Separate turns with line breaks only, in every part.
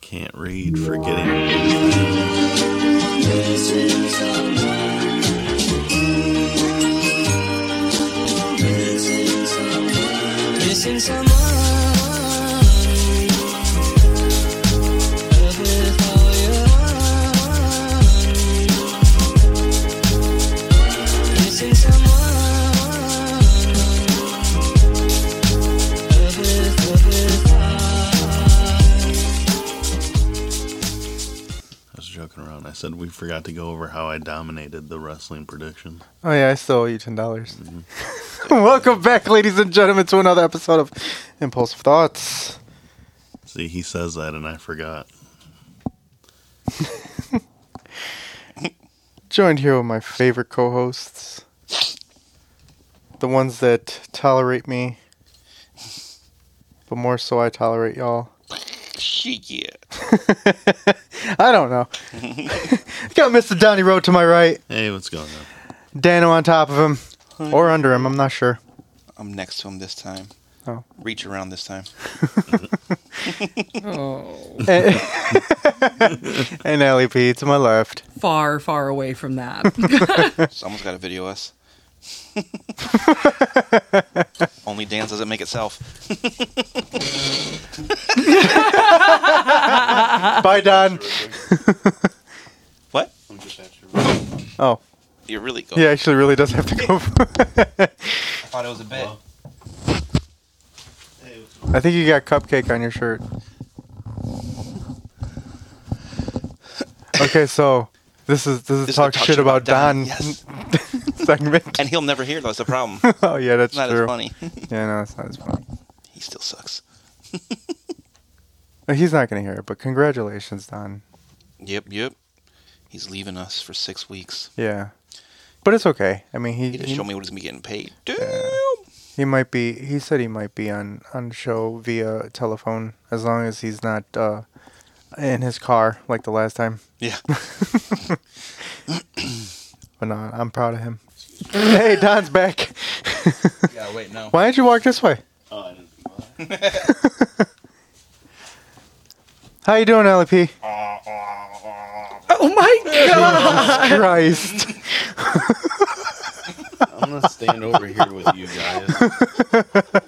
can't read for getting these
Missing someone. Love with all your heart. Missing someone. Love with, love with all.
I was joking around. I said we forgot to go over how I dominated the wrestling prediction.
Oh yeah, I still owe you ten dollars. Welcome back, ladies and gentlemen, to another episode of Impulsive Thoughts.
See, he says that and I forgot.
Joined here with my favorite co-hosts, the ones that tolerate me, but more so I tolerate y'all.
Yeah.
I don't know. Got Mr. Donny Road to my right,
Hey, what's going on?
Dano on top of him or under him. I'm not sure.
I'm next to him this time.
Oh.
Reach around this time.
Oh,
and and Ellie P to my left.
far, far away from that.
Someone's got to video us. Only dance doesn't make itself.
Bye, Don.
What?
Oh,
You're really good.
he actually really does have to go.
I thought it was a bit.
I think you got cupcake on your shirt. Okay, so this is this is
This is
talk
the
shit about, Don
Yes.
segment.
And he'll never hear. That's the problem.
oh yeah, that's
It's not
true.
as funny.
Yeah, no, it's not as funny.
he still sucks.
Uh, He's not gonna hear it, but congratulations, Don.
Yep, yep. He's leaving us for six weeks.
Yeah, but it's okay. I mean, he
He just
he,
showed me what he's gonna be getting paid. Damn.
he might be. He said he might be on on show via telephone as long as he's not uh, in his car like the last time.
Yeah.
But no, I'm proud of him. hey, Don's back.
yeah. Wait. No.
Why didn't you walk this way?
Oh, I didn't.
How you doing, LP?
oh my god!
Christ.
I'm gonna stand over here with you guys.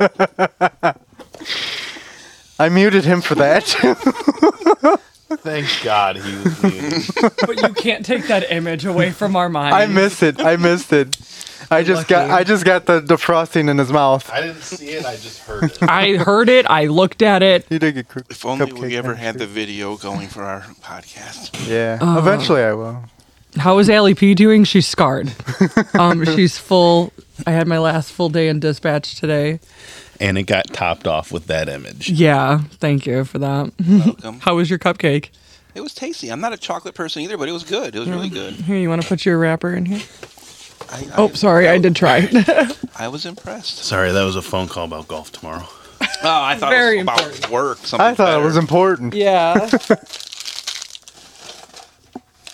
I muted him for that.
Thank God he was muted.
But you can't take that image away from our mind.
I missed it. I missed it. I just got
Lucky.
I just got the defrosting in his mouth.
I didn't see it. I just heard it.
I heard it. I looked at it.
You did get cr-
If only
cupcake
we ever had the
handshake.
video going for our podcast.
Yeah.
Oh.
Eventually I will.
How is Allie P doing? She's scarred. Um, she's full. I had my last full day in dispatch today.
And it got topped off with that image.
Yeah, thank you for that.
Welcome.
How was your cupcake?
It was tasty. I'm not a chocolate person either, but it was good. It was really good.
Here, you want to put your wrapper in here?
I, I,
Mm-hmm. Oh, sorry, I did try.
I was impressed.
Sorry, that was a phone call about golf tomorrow.
Oh, I thought
Very
it was about
important.
work. Something
I thought it
better.
was important.
yeah.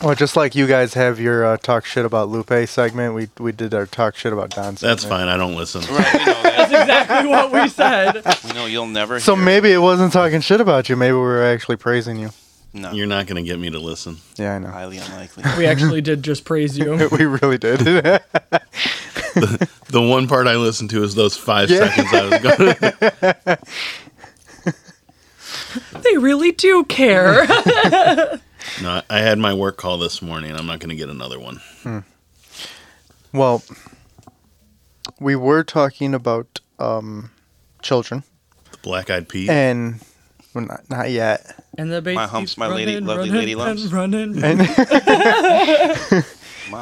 Well, just like you guys have your uh, talk shit about Lupe segment, we we did our talk shit about Don.
That's
segment.
fine. I don't listen.
Right, we know that.
That's exactly what we said.
We know you'll never.
So
hear it.
maybe it wasn't talking shit about you. Maybe we were actually praising you.
no,
You're not gonna get me to listen.
Yeah, I know.
highly unlikely.
We actually did just praise you.
we really did.
The one part I listened to is those five
Yeah.
seconds I was going. to
They really do care.
No, I had my work call this morning. I'm not going to get another one.
Well, we were talking about um, children,
The Black Eyed Peas.
and well, not, not yet.
And the bass
My humps,
keeps
my lady-
running,
lovely
running,
lady lumps.
and running.
And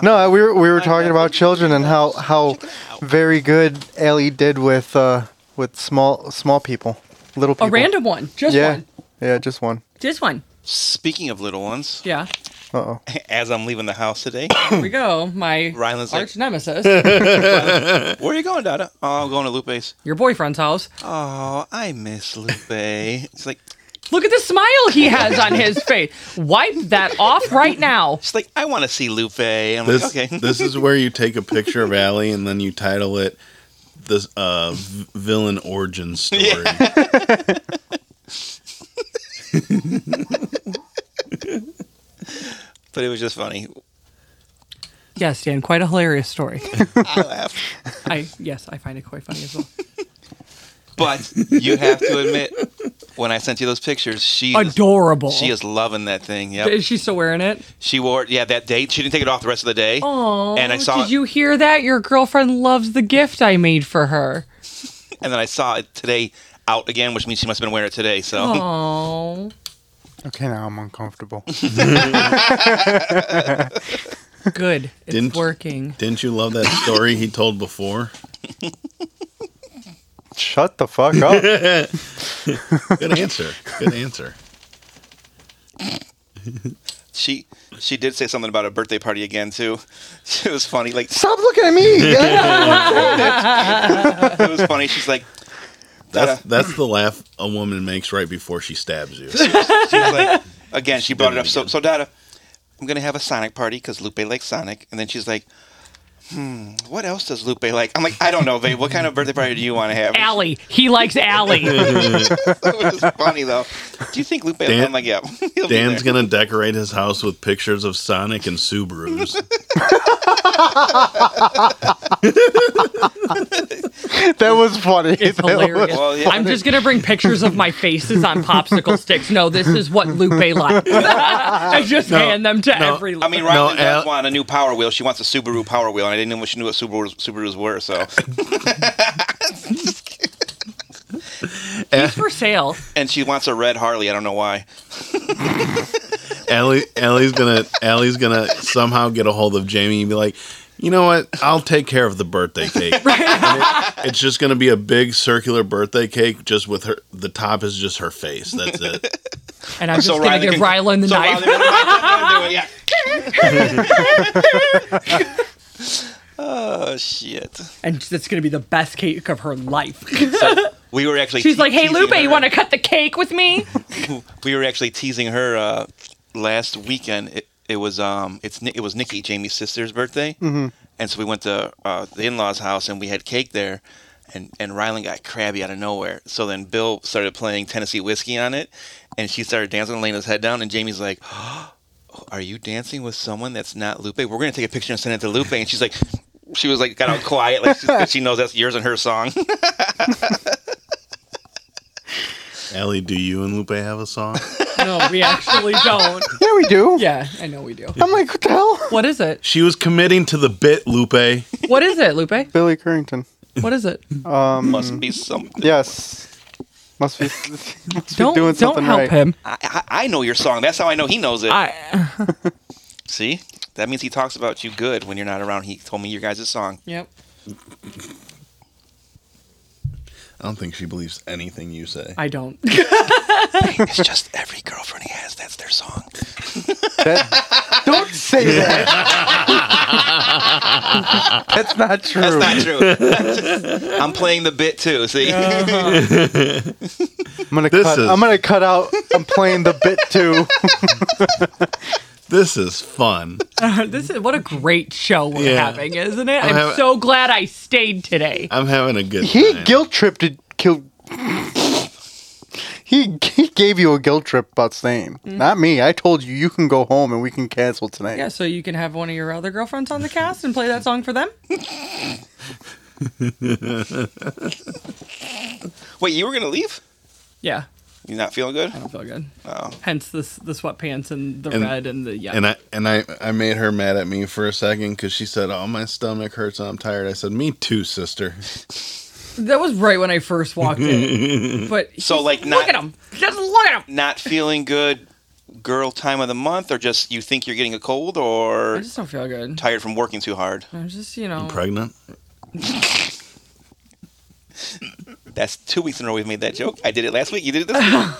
no, we were we were talking about children and how how very good Ellie did with uh, with small small people, little people.
a random one, just
yeah,
one,
yeah, just one.
just one.
Speaking of little ones,
Yeah,
Uh oh.
as I'm leaving the house today,
here we go. My
Rylan's like,
arch nemesis,
"Where are you going, Dada?" "Oh, I'm going to Lupe's."
your boyfriend's house.
"Oh, I miss Lupe." It's like,
Look at the smile he has on his face. Wipe that off right now.
it's like I want to see Lupe. I'm
this,
like, okay.
this is where you take a picture of Allie and then you title it "This uh, v- Villain Origin Story."
But it was just funny.
Yes, Dan, quite a hilarious story.
I laughed.
I yes, I find it quite funny as well.
But you have to admit, when I sent you those pictures, she is,
Adorable.
she is loving that thing. Yep.
Is she still wearing it?
She wore it, yeah, that day. She didn't take it off the rest of the day.
Oh,
And I saw
Did
it-
you hear that? Your girlfriend loves the gift I made for her.
And then I saw it today out again, which means she must have been wearing it today. So
Oh,
Okay, now I'm uncomfortable.
good. It's
Didn't-
working.
Didn't you love that story he told before?
Shut the fuck up.
Good answer. Good answer.
she she did say something about a birthday party again too. It was funny. Like
Stop looking at me.
it was funny. She's like,
That's that's the laugh a woman makes right before she stabs you.
she was like, again, she brought it up. So so Dada, I'm gonna have a Sonic party because Lupe likes Sonic. And then she's like, hmm, what else does Lupe like? I'm like, I don't know, babe. What kind of birthday party do you want to have?
Allie, he likes Allie.
it was funny though. Do you think Lupe?
Dan-
I'm like, yeah. he'll be
Dan's
there.
gonna decorate his house with pictures of Sonic and Subarus.
that was funny.
It's
That was-
hilarious.
Well, yeah.
I'm just gonna bring pictures of my faces on popsicle sticks. No, this is what Lupe likes. I just hand them to every.
I mean, Riley
No,
does
Al-
want a new Power Wheel. She wants a Subaru Power Wheel, and I didn't know what she knew what Subarus, Subarus were. So,
It's for sale.
and she wants a red Harley. I don't know why.
Allie, Allie's gonna Allie's gonna somehow get a hold of Jamie and be like, you know what? I'll take care of the birthday cake. And it- it's just gonna be a big circular birthday cake, just with her. The top is just her face. That's it.
And I'm just
So
gonna
Riley
give
can-
Rylan the
So
knife.
Riley- I'm doing- yeah. oh shit!
and that's gonna be the best cake of her life.
We were actually.
She's
te-
like, "Hey,
teasing
Lupe,
her.
you want to cut the cake with me?"
We were actually teasing her uh, last weekend. It, it was um, it's Ni- it was Nikki, Jamie's sister's birthday, mm-hmm. and so we went to uh, the in-laws' house and we had cake there, and and Rylan got crabby out of nowhere. So then Bill started playing Tennessee whiskey on it, and she started dancing, laying his head down, and Jamie's like. Are you dancing with someone that's not Lupe? We're gonna take a picture and send it to Lupe, and she's like, she was like, got out quiet, like she, 'cause she knows that's yours and her song.
Allie, do you and Lupe have a song?
No, we actually don't.
yeah, we do.
Yeah, I know we do.
I'm like, what the hell?
What is it?
She was committing to the bit, Lupe.
What is it, Lupe?
Billy Currington. Um,
What is it?
Must be something.
Yes. Must be, must
Don't
be doing
don't
something
help
right.
him.
I, I, I know your song. That's how I know he knows it.
I.
See, that means he talks about you good when you're not around. He told me your guys' song.
Yep.
I don't think she believes anything you say.
I don't.
It's just every girlfriend he has, that's their song.
That- don't say that. That's not true.
That's not true. I'm playing the bit too. See,
Uh-huh.
I'm gonna
This
cut.
is-
I'm gonna cut out. I'm playing the bit too.
This is fun.
this is what a great show we're
Yeah.
having, isn't it? I'm
having-
so glad I stayed today.
I'm having a good
He
time.
guilt tripped. Killed. He, he gave you a guilt trip about staying. Not me. I told you you can go home and we can cancel tonight.
Yeah, so you can have one of your other girlfriends on the cast and play that song for them.
wait, you were gonna leave?
Yeah,
You not feeling good?
I don't feel good.
Oh,
Hence this the sweatpants and the
And-
red and the yeah.
And I and I, I made her mad at me for a second because she said, "Oh, my stomach hurts and I'm tired." I said, "Me too, sister."
that was right when I first walked in. But
so like
look
not
at him. Just look at him.
not feeling good, girl time of the month, or just you think you're getting a cold,
I
or
just don't feel good.
tired from working too hard.
I'm just you know.
Pregnant?
That's two weeks in a row we've made that joke. I did it last week. You did it this
Uh-huh.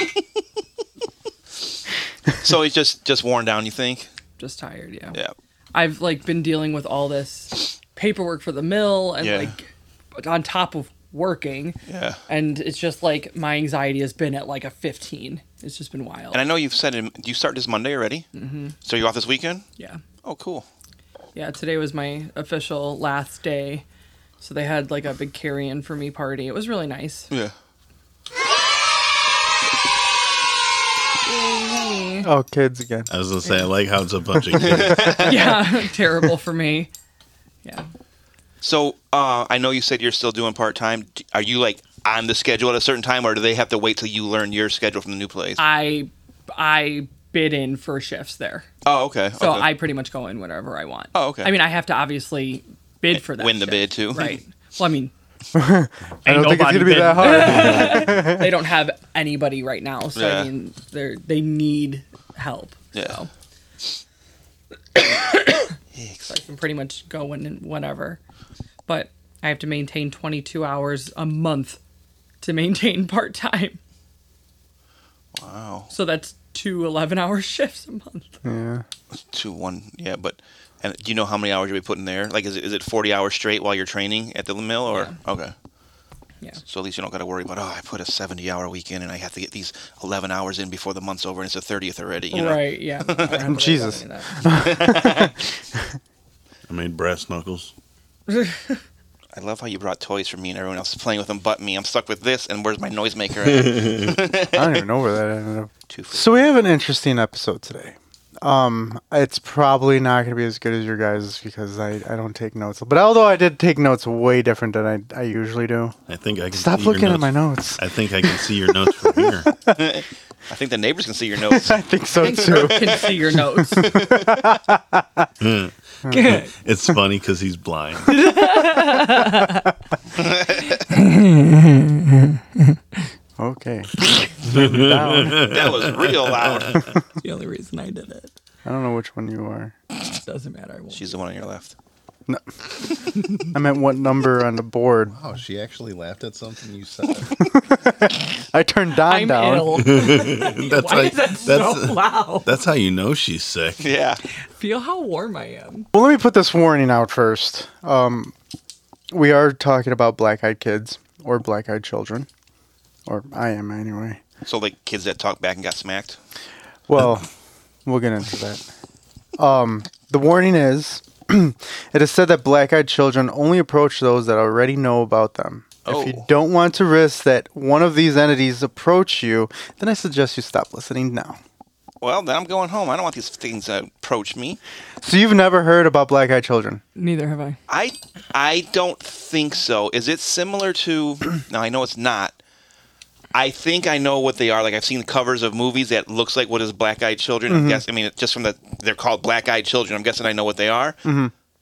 week. so he's just just worn down. You think?
just tired. Yeah.
Yeah.
I've like been dealing with all this paperwork for the mill and
Yeah.
like on top of working,
Yeah.
and it's just like my anxiety has been at like a 15. It's just been wild.
And I know you've said it. Do you start this Monday already? Mm-hmm. So you're off this weekend?
yeah.
Oh, cool.
Yeah. Today was my official last day. So they had like a big carry in for me party. It was really nice.
Yeah.
me.
Oh, kids again.
I was gonna say I like how it's a bunch of kids.
yeah, terrible for me. Yeah.
So uh, I know you said you're still doing part time. Are you like on the schedule at a certain time, or do they have to wait till you learn your schedule from the new place?
I I bid in for shifts there.
oh, okay.
So
okay.
I pretty much go in whenever I want.
Oh, okay.
I mean, I have to obviously bid for that.
Win the
shift,
bid, too.
Right. Well, I mean,
I don't think it's
nobody
gonna be
been-
that hard.
they don't have anybody right now, so
Yeah.
I mean, they they need help.
Yeah.
So I can pretty much go when and whenever, but I have to maintain 22 hours a month to maintain part time.
Wow.
So that's two 11 hour shifts a month.
yeah.
Two one. Yeah, but and do you know how many hours you'll be putting there? Like, is it, is it 40 hours straight while you're training at the mill, or okay?
Yeah.
So at least you don't got to worry about oh, I put a 70 hour week in and I have to get these 11 hours in before the month's over and it's the 30th already. You know?
Right. Yeah. I don't have to worry about
Jesus.
any of that.
I made brass knuckles.
I love how you brought toys for me and everyone else is playing with them but me. I'm stuck with this and where's my noisemaker at?
I don't even know where that ended up.
Two for-
So we have an interesting episode today. Um, it's probably not going to be as good as your guys' because I, I don't take notes. But although I did take notes way different than I, I usually do.
I think I can
Stop
see your
looking at
notes.
my notes.
I think I can see your notes from here.
I think the neighbors can see your notes.
I think so
Thanks
too.
for can see your notes.
Hmm.
It's funny because he's blind.
Okay. Down.
that was real loud.
the only reason I did it.
I don't know which one you are.
Doesn't matter. I won't.
She's the one on your left.
I meant what number on the board.
Oh, she actually laughed at something you said.
I turned Don
I'm
down.
ill.
That's
Why
like
is that
that's
so loud?
that's how you know she's sick.
Yeah.
Feel how warm I am.
Well, let me put this warning out first. Um, we are talking about black eyed kids or black eyed children, or I am anyway.
So like kids that talk back and got smacked.
Well, we'll get into that. Um, the warning is it is said that black eyed children only approach those that already know about them. If you
Oh.
don't want to risk that one of these entities approach you, then I suggest you stop listening now.
Well, then I'm going home. I don't want these things to approach me.
So you've never heard about black eyed children?
Neither have I.
I I don't think so. Is it similar to? No, I know it's not. I think I know what they are. Like I've seen covers of movies that looks like what is Black Eyed Children. I'm guess I mean just from the they're called Black Eyed Children. I'm guessing I know what they are.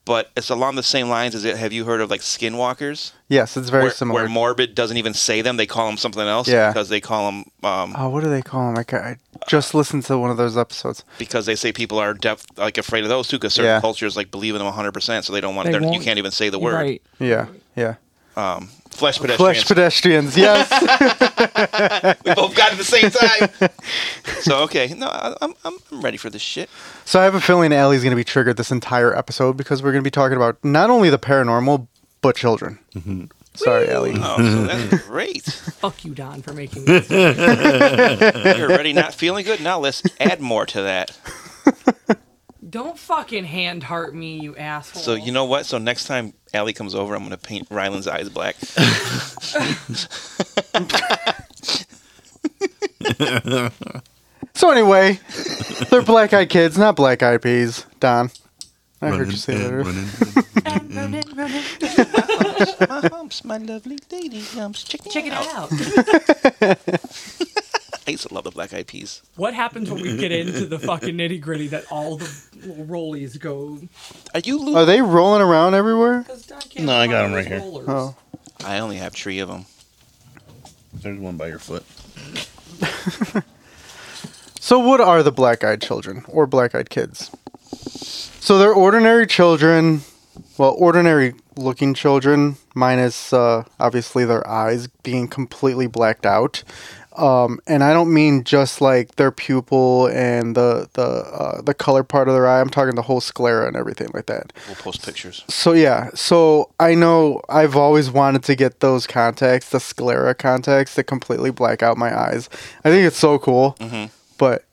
But it's along the same lines as it. Have you heard of like Skinwalkers?
Yes, it's very
where,
similar.
Where morbid doesn't even say them. They call them something else.
Yeah.
Because they call them um,
Oh, what do they call them? I, ca- I just listened to one of those episodes.
because they say people are deaf, like afraid of those too. Because certain
Yeah.
cultures like believe in them 100, percent so they don't want.
They
They you
won't-
can't even say the word.
Right.
Yeah, yeah.
Flesh pedestrians.
Flesh pedestrians, yes.
we both got it at the same time. so okay, no, I, I'm I'm I'm ready for this shit.
so I have a feeling Allie's going to be triggered this entire episode because we're going to be talking about not only the paranormal, but children. Sorry, Allie.
Oh, so that's great.
Fuck you, Don, for making this.
You're already not feeling good. Now let's add more to that.
Don't fucking hand heart me, you asshole.
So you know what? So next time Allie comes over, I'm gonna paint Ryland's eyes black.
So anyway, they're black eyed kids, not black eyed peas. Don, I heard you
Running
say
and
that earlier.
running.
my humps, my lovely lady humps. Check it,
check it
out.
out.
I used to love the black eyed peas.
what happens when we get into the fucking nitty gritty that all the little rollies go?
Are you
Are
Lou?
they rolling around everywhere?
Cause Don can't
No, I got
find
'em right here.
those rollers.
Oh.
I only have three of them.
There's one by your foot.
So, what are the black eyed children or black eyed kids? So, they're ordinary children, well, ordinary looking children, minus uh, obviously their eyes being completely blacked out. Um, and I don't mean just like their pupil and the the uh, the color part of their eye. I'm talking the whole sclera and everything like that.
We'll post pictures.
So yeah, so I know I've always wanted to get those contacts, the sclera contacts that completely black out my
Mm-hmm.
eyes. I think it's so cool, but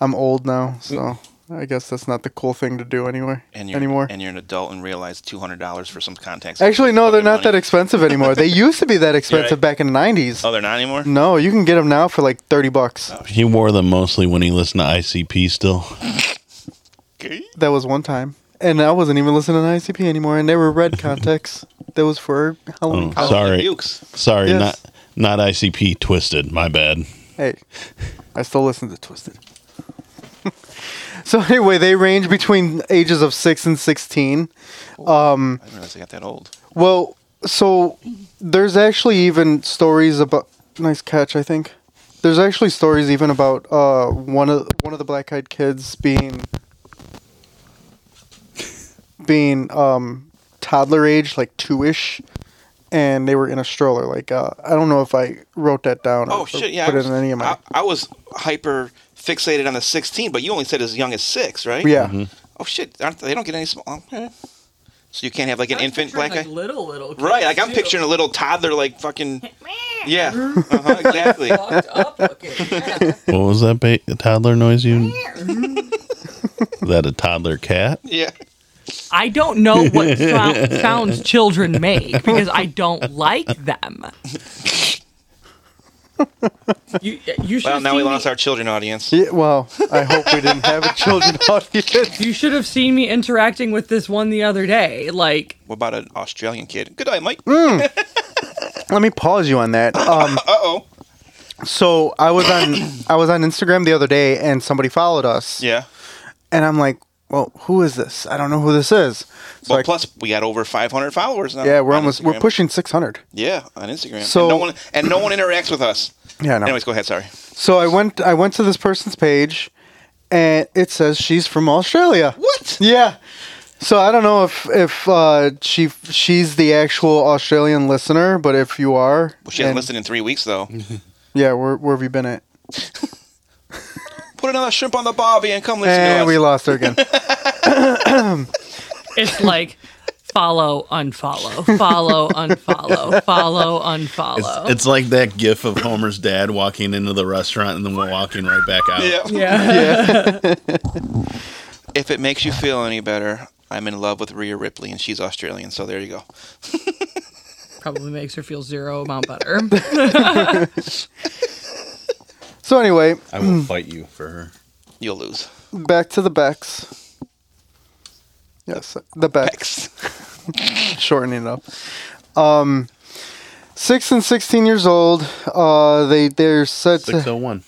I'm old now, so I guess that's not the cool thing to do anyway.
and you're
anymore.
and you're an adult and realize two hundred dollars for some contacts.
Actually, no, they're
Fucking
not
money.
that expensive anymore. they used to be that expensive
right.
back in the '90s.
Oh, they're not anymore.
No, you can get them now for like thirty bucks.
He wore them mostly when he listened to ICP still.
Okay.
That was one time, and I wasn't even listening to ICP anymore. And they were red contacts. that was for Halloween.
Oh. Sorry.
Dukes.
Sorry,
Yes.
not not ICP twisted, my bad.
Hey, I still listen to Twisted. so anyway, they range between ages of six and sixteen.
I didn't realize they got that old.
Well, so there's actually even stories about nice catch, I think. There's actually stories even about uh, one of one of the black eyed kids being being um, toddler age, like two ish, and they were in a stroller. Like uh, I don't know if I wrote that down.
Oh
or
shit! Yeah,
put
I,
it in any of my
I, I was hyper fixated on the sixteen, but you only said as young as six, right?
yeah.
Oh shit! Aren't, they don't get any small. Okay. So you can't have like an infant black guy.
little little.
Right, like I'm picturing a little toddler, like fucking, yeah, uh-huh, exactly.
Fucked up looking.
What was that ba- toddler noise you? Is that a toddler cat?
Yeah,
I don't know what sou- sounds children make because I don't like them. You, you should
Well,
have
now we
seen
lost
me,
our children audience.
Yeah, well, I hope we didn't have a children audience.
You should have seen me interacting with this one the other day. Like,
What about an Australian kid? Good day, Mike.
Mm. Let me pause you on that. Um,
Uh oh.
so I was on I was on Instagram the other day, and somebody followed us,
Yeah.
and I'm like, "Well, who is this? I don't know who this is." So
Well,
I,
plus we got over 500 followers now.
yeah, we're
on
almost we're
Instagram.
pushing 600.
Yeah, on Instagram.
So-
So and no one and no one interacts with us.
Yeah, no.
Anyways, go ahead. Sorry.
So I went I went to this person's page, and it says she's from Australia.
What?
Yeah. So I don't know if if uh, she she's the actual Australian listener, but if you are,
Well, she hasn't
and-
listened in three weeks though.
Yeah, where where have you been at?
Put another shrimp on the barbie and come listen to
And
us.
we lost her again.
it's like follow, unfollow, follow, unfollow, follow,
It's,
unfollow.
it's like that gif of Homer's dad walking into the restaurant and then walking right back out.
yeah.
yeah.
If it makes you feel any better, I'm in love with Rhea Ripley and she's Australian. So there you go.
Probably makes her feel zero amount better.
So anyway,
I will fight you for her.
You'll lose.
back to the Becks. Yes, the Becks.
X.
Shortening it up. Um, six and sixteen years old. Uh, they they're set
Six
to.
oh one.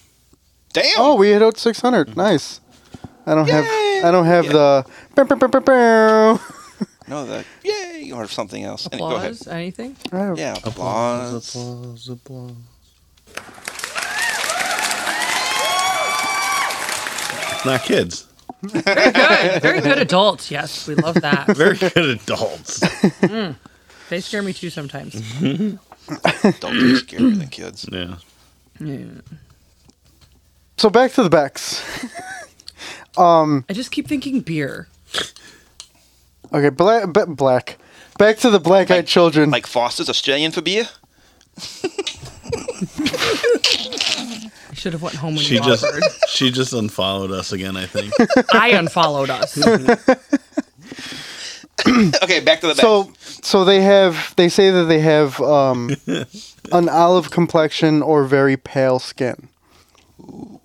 Damn.
Oh, we hit out six hundred. Nice. I don't have I don't have the. Bow, bow, bow, bow, bow.
no, the yay or something else. And, go ahead.
Applause, anything?
I don't-
Yeah. Applause.
Applause, applause. Not kids.
Good. Very good adults. Yes, we love that.
Very good adults.
They scare me too sometimes.
Adults are scarier than kids.
Yeah.
So back to the Um, Becks.
I just keep thinking beer.
Okay, black be, black. Back to the black-eyed
Like-
children.
Like Foster's Australian for beer.
I should have went home when
She
you
just
offered.
she just unfollowed us again, I think.
I unfollowed us.
okay, back to the back.
so so they have they say that they have um, an olive complexion or very pale skin um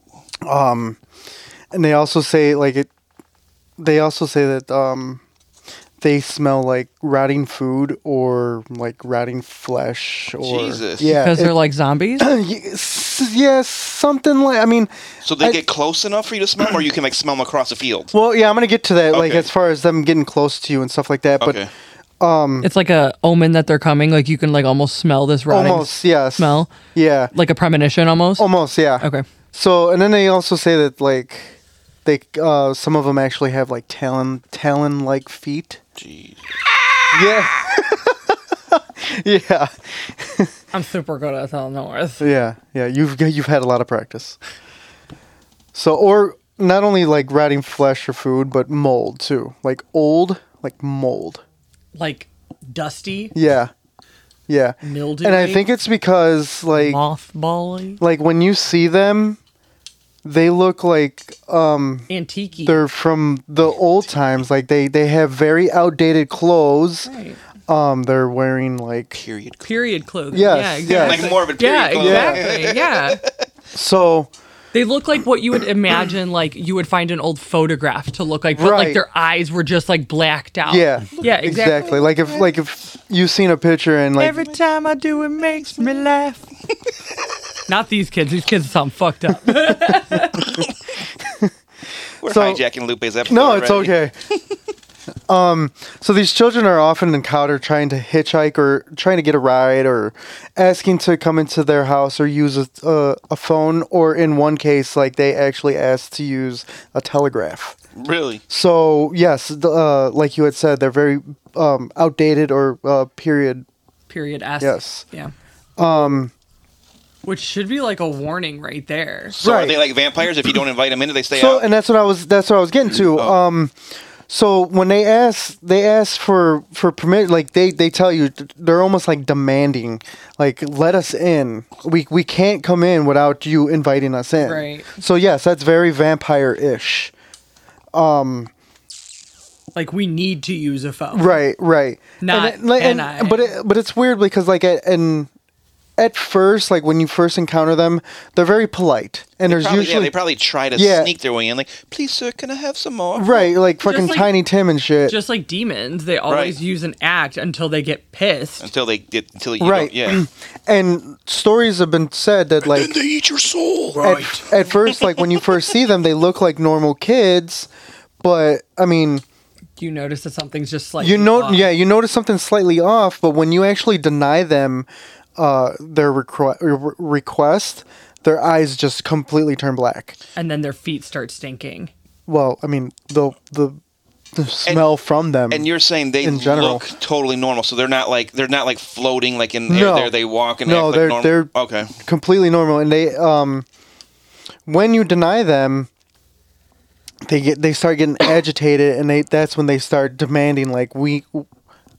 and they also say like it they also say that um they smell like rotting food or like rotting flesh or
Jesus.
yeah
Because
it-
they're like zombies?
yes, yes something like i mean
So they
I-
get close enough for you to smell 'em, or you can like smell them across the field.
well yeah i'm gonna get to that like
Okay.
as far as them getting close to you and stuff like that but
okay.
It's like a omen that they're coming. Like you can like almost smell this rotting
almost yes
smell.
yeah
Like a premonition almost.
almost yeah
Okay.
So, and then they also say that like they uh, some of them actually have like talon talon like feet.
Jeez.
Yeah. yeah.
I'm super good at telling north.
Yeah. Yeah. You've you've had a lot of practice. So, or not only like rotting flesh or food, but mold too. Like old, like mold.
Like dusty,
Yeah. Yeah.
mildewy,
And I think it's because like
mothbally.
like when you see them they look like um
Antique.
they're from the old times. Like they they have very outdated clothes.
Right.
Um, they're wearing like
Period.
Period clothing.
Yes,
yeah,
yes.
exactly.
Like more of a period
yeah,
clothes.
exactly. Yeah.
so.
They look like what you would imagine, like you would find an old photograph to look like, but
Right.
like their eyes were just like blacked out.
Yeah.
Yeah, exactly.
Like if like if you've seen a picture and like
time I do, it makes me laugh. Not these kids. These kids sound fucked up.
We're
So-
hijacking Lupe's episode.
no, it's
already.
okay. um, so these children are often encountered trying to hitchhike or trying to get a ride or asking to come into their house or use a, a, a phone or in one case like they actually asked to use a telegraph.
Really?
So yes, the, uh, like you had said, they're very um, outdated or uh, period.
Period. S.
Yes.
Yeah. Um. Which should be like a warning right there.
So are
Right.
they like vampires? If you don't invite them in, do they stay
So
out? Oh.
and that's what I was that's what I was getting to. Um, so when they ask they ask for for permit, like they they tell you they're almost like demanding, like let us in. We we can't come in without you inviting us in.
Right.
So yes, that's very vampire ish.
Like we need to use a phone.
Right, right.
Not
it- like,
can I.
But it, but it's weird because like at, and at first, like when you first encounter them, they're very polite, and there's
Probably, yeah,
usually
they probably try to
Yeah.
sneak their way in. Like, please, sir, can I have some more?
right, like fucking
like-
Tiny Tim and shit.
Just like demons, they always
Right.
use an act until they get pissed.
Until they get, until you
Right.
right. yeah.
and stories have been said that like
they eat your soul.
at, at first, like when you first see them, they look like normal kids, but I mean,
You notice that something's just like
you know, yeah, you notice something slightly off. But when you actually deny them uh, their requ- re- request, their eyes just completely turn black.
and then their feet start stinking.
Well, I mean, the the, the smell from them.
And you're saying they
In general.
look totally normal, so they're not like they're not like floating like in the
No.
air. There they walk and
No,
act
they're-
like normal.
they're-
okay.
completely normal, and they um, when you deny them. They get they start getting agitated, and they that's when they start demanding like we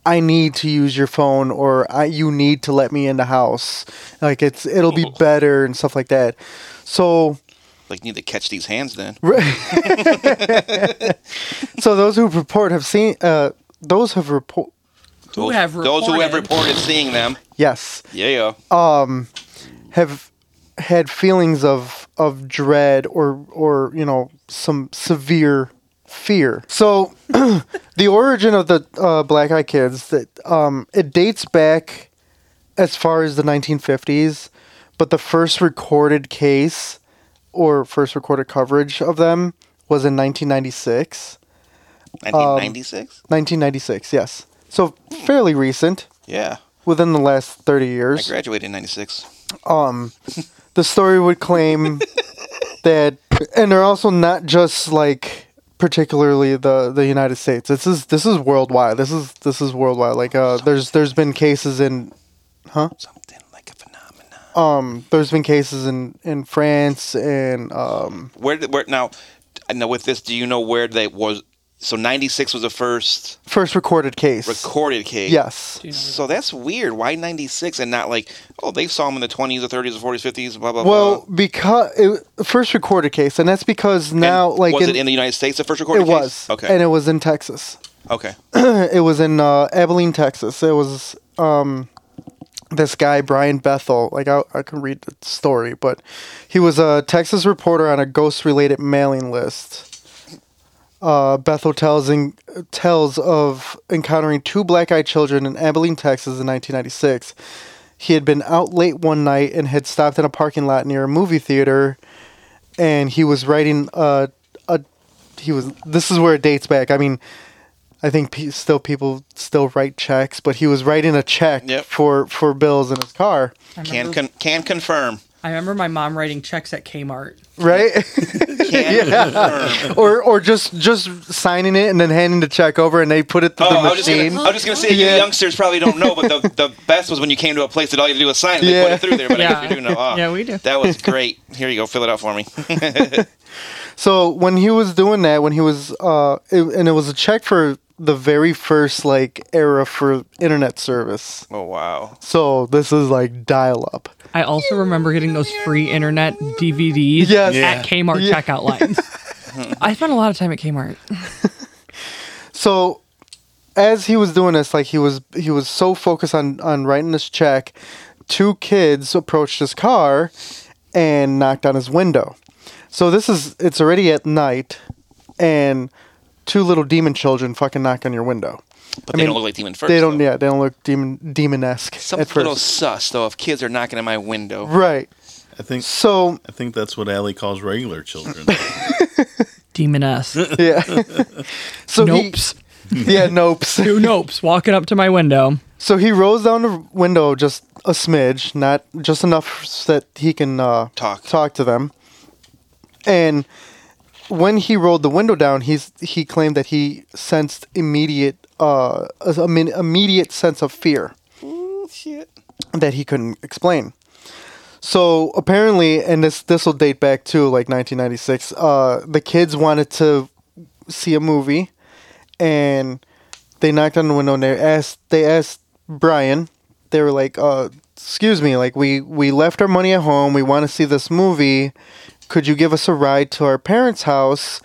I need to use your phone or I, you need to let me in the house. Like it's it'll be better and stuff like that. So
Like you need to catch these hands then.
so those who report have seen uh those have report
Those,
have
those who have
reported.
reported seeing them.
yes
Yeah.
Uh, um, have had feelings of of dread or or you know some severe fear. So the origin of the uh, Black Eye Kids that um, it dates back as far as the 1950s, but the first recorded case or first recorded coverage of them was in 1996.
1996.
1996, yes. So fairly recent,
yeah.
within the last 30
I
years.
graduated in 96.
the story would claim that and they're also not just like particularly the the United States. This is this is worldwide. This is this is worldwide. Like uh there's there's been cases in
Something like a phenomenon.
um there's been cases in in France and um
Where did where now? Now with this, do you know where they was? So 96 was the first
first recorded case.
recorded case.
yes.
So that's weird. Why 96 and not like, oh, they saw him in the 20s or 30s or 40s, 50s, blah, blah,
Well,
blah.
because it, first recorded case and that's because
And
now like
was it in the United States the first recorded
it
case?
was
Okay.
and it was in Texas.
okay.
Uh-huh.
it was in uh, Abilene, Texas. It was um, this guy Brian Bethel. Like I, I can read the story, but he was a Texas reporter on a ghost-related mailing list. Uh, Bethel tells in, tells of encountering two black-eyed children in Abilene, Texas, in 1996. He had been out late one night and had stopped in a parking lot near a movie theater, and he was writing a a. He was. This is where it dates back. I mean, I think pe- still people still write checks, but he was writing a check
Yep.
for for bills in his car,
I remember,
Can con- can confirm.
I remember my mom writing checks at Kmart.
right?
Can confirm.
or or just just signing it and then handing the check over, and they put it through
Oh, I
the
was just gonna,
machine.
I was just gonna say,
Yeah.
you youngsters probably don't know, but the, the best was when you came to a place that all you had to do was sign and they
Yeah.
put it through there. But I
Yeah.
guess you do know. Oh,
Yeah, we do.
That was great. Here you go. Fill it out for me.
So when he was doing that, when he was uh, it, and it was a check for the very first like era for internet service.
oh, wow.
So this is like dial up.
I also remember getting those free internet DVDs
Yes.
Yeah.
at Kmart
Yeah.
checkout lines. I spent a lot of time at Kmart.
So as he was doing this, like he was he was so focused on on writing this check, two kids approached his car and knocked on his window. So this is it's already at night and two little demon children fucking knock on your window.
But
I
they
mean,
don't look like demon first.
They don't
though.
yeah, they don't look demon demon esque
Some
at first.
little sus though. If kids are knocking at my window,
Right.
I think
So
I think that's what Allie calls regular children.
Demoness.
yeah. so he-
Nopes.
yeah, nopes.
Two nopes walking up to my window.
So he rolls down the window just a smidge, not just enough so that he can uh,
Talk.
talk to them. And when he rolled the window down, he's he claimed that he sensed immediate uh, a, I mean, immediate sense of fear
shit.
that he couldn't explain. So apparently, and this this will date back to like 1996. Uh, the kids wanted to see a movie, and they knocked on the window and they asked they asked Brian. They were like, uh, "Excuse me, like we we left our money at home. We want to see this movie. Could you give us a ride to our parents' house,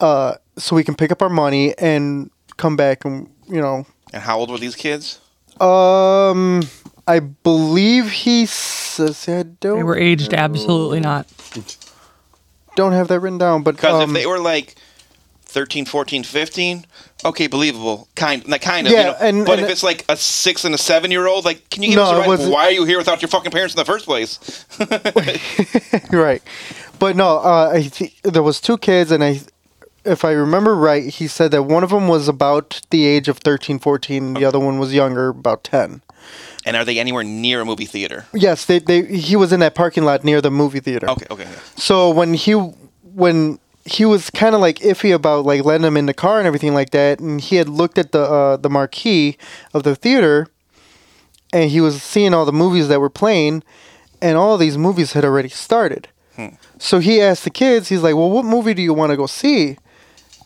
uh, so we can pick up our money and come back and you know
And how old were these kids?
um, I believe he says I don't
They were aged absolutely not.
don't have that written down, but
Because
um,
if they were like 13, 14, 15, okay, believable, kind, like kind of.
Yeah,
you know?
and-
but
and
if
it-
it's like a six and a seven year old, like, can you give
No,
us a
it
ride?
wasn't-
Why are you here without your fucking parents in the first place?
you're right, but no, uh, I th- there was two kids, and I, if I remember right, he said that one of them was about the age of 13, 14, and the other one was younger, about ten.
And are they anywhere near a movie theater?
Yes, they, they he was in that parking lot near the movie theater.
Okay, okay. yeah.
So when he when he was kind of like iffy about like letting him in the car and everything like that, and he had looked at the uh, the marquee of the theater, and he was seeing all the movies that were playing, and all these movies had already started. So he asked the kids, he's like, "Well, what movie do you want to go see?"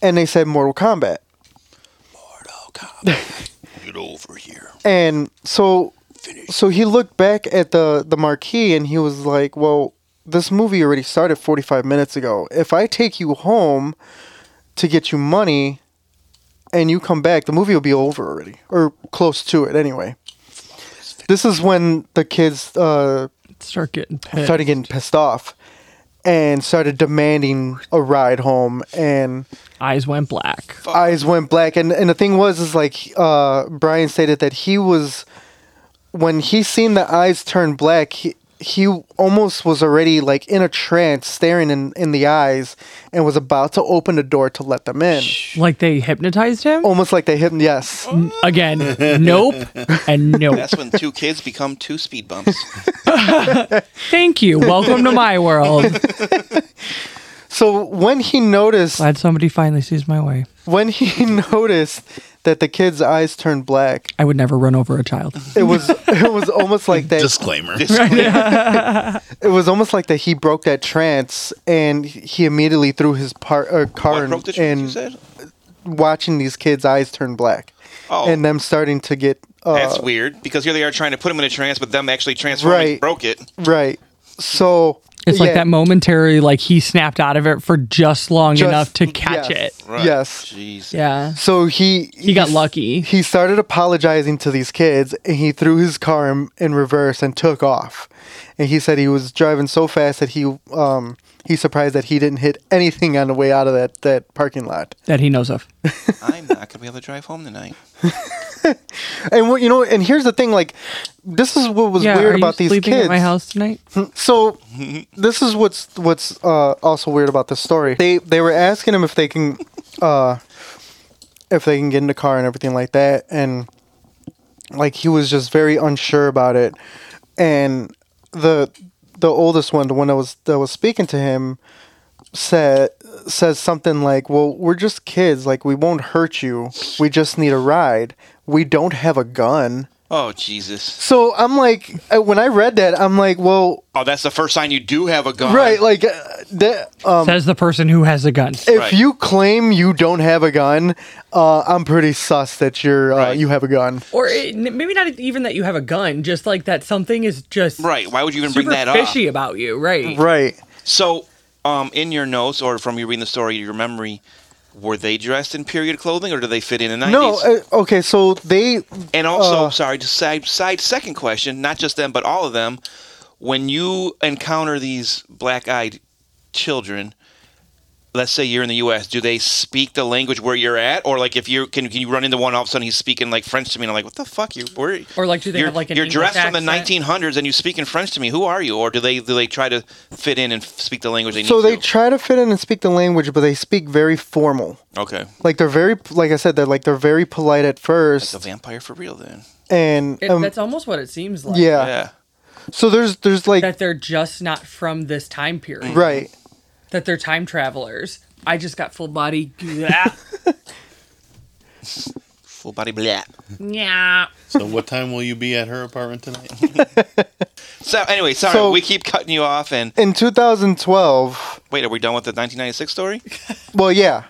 And they said Mortal Kombat.
Get over here.
And so so he looked back at the the marquee and he was like, "Well, this movie already started 45 minutes ago. If I take you home to get you money and you come back, the movie will be over already or close to it anyway." This is when the kids uh,
Start getting pissed.
started getting pissed off and started demanding a ride home and
Eyes went black.
eyes went black and and the thing was is like uh brian stated that he was when he seen the eyes turn black he he almost was already like in a trance staring in, in the eyes and was about to open the door to let them in
Like they hypnotized him?
almost like they hit him yes
Again, nope and nope.
That's when two kids become two speed bumps.
Thank you. Welcome to my world.
so when he noticed
Glad somebody finally sees my way.
when he noticed that the kid's eyes turned black
I would never run over a child.
it was it was almost like that
Disclaimer.
it was almost like that he broke that trance and he immediately threw his par- uh, car
What
in,
broke the tree, you
and
said?
watching these kids' eyes turn black
Oh,
and them starting to get uh,
that's weird. Because here they are trying to put them in a trance, but them actually transforming
Right.
broke it.
right. So
It's like
yeah,
that momentary, like he snapped out of it for just long
just-
enough to catch
yes,
it.
Right.
Yes.
Jeez.
Yeah.
So he
He got lucky.
He started apologizing to these kids and he threw his car in, in reverse and took off. And he said he was driving so fast that he um he surprised that he didn't hit anything on the way out of that that parking lot.
That he knows of.
I'm not going to be able to drive home tonight.
And what you know and here's the thing like this is what was
yeah.
weird
are
about
you
these
sleeping
kids.
at my house tonight?
So this is what's what's uh, also weird about this story. They they were asking him if they can uh, if they can get in the car and everything like that, and like he was just very unsure about it. And the the oldest one, the one that was that was speaking to him, said says something like, "Well, we're just kids. Like we won't hurt you. We just need a ride. We don't have a gun."
Oh Jesus!
So I'm like, uh, when I read that, I'm like, well,
Oh, that's the first sign you do have a gun.
right, like uh, that. Um,
Says the person who has a gun.
if
Oh, Right.
you claim you don't have a gun, uh, I'm pretty sus that you're uh,
Right.
you have a gun.
Or it, n- maybe not even that you have a gun, just like that something is just
Right. Why would you even bring
super
that up?
fishy about you, right?
Right.
So, um, in your notes or from you reading the story, your memory, were they dressed in period clothing or do they fit in the
No.
nineties?
Uh, okay. So they
and also,
uh,
sorry, just side side second question. Not just them, but all of them. When you encounter these black-eyed children, let's say you're in the U.S., do they speak the language where you're at, or like if you can, can you run into one all of a sudden he's speaking like French to me, and I'm like, what the fuck, you? Where?
Or, like, do they
you're,
have, like, an
you're
English
dressed from the
accent?
1900s and you speak in French to me. Who are you? Or do they do they try to fit in and f- speak the language they
so
need
they
to?
try to fit in and speak the language, but they speak very formal.
okay.
Like they're very, like I said, they're like they're very polite at first,
The vampire for real then.
and
It,
um,
that's almost what it seems like.
yeah.
Yeah.
So there's there's like
That they're just not from this time period.
right.
That they're time travelers. I just got full body. Yeah.
Full body blah.
yeah.
So what time will you be at her apartment tonight?
So anyway, sorry,
So-
we keep cutting you off and
In 2012,
wait, are we done with the 1996 story?
well, yeah,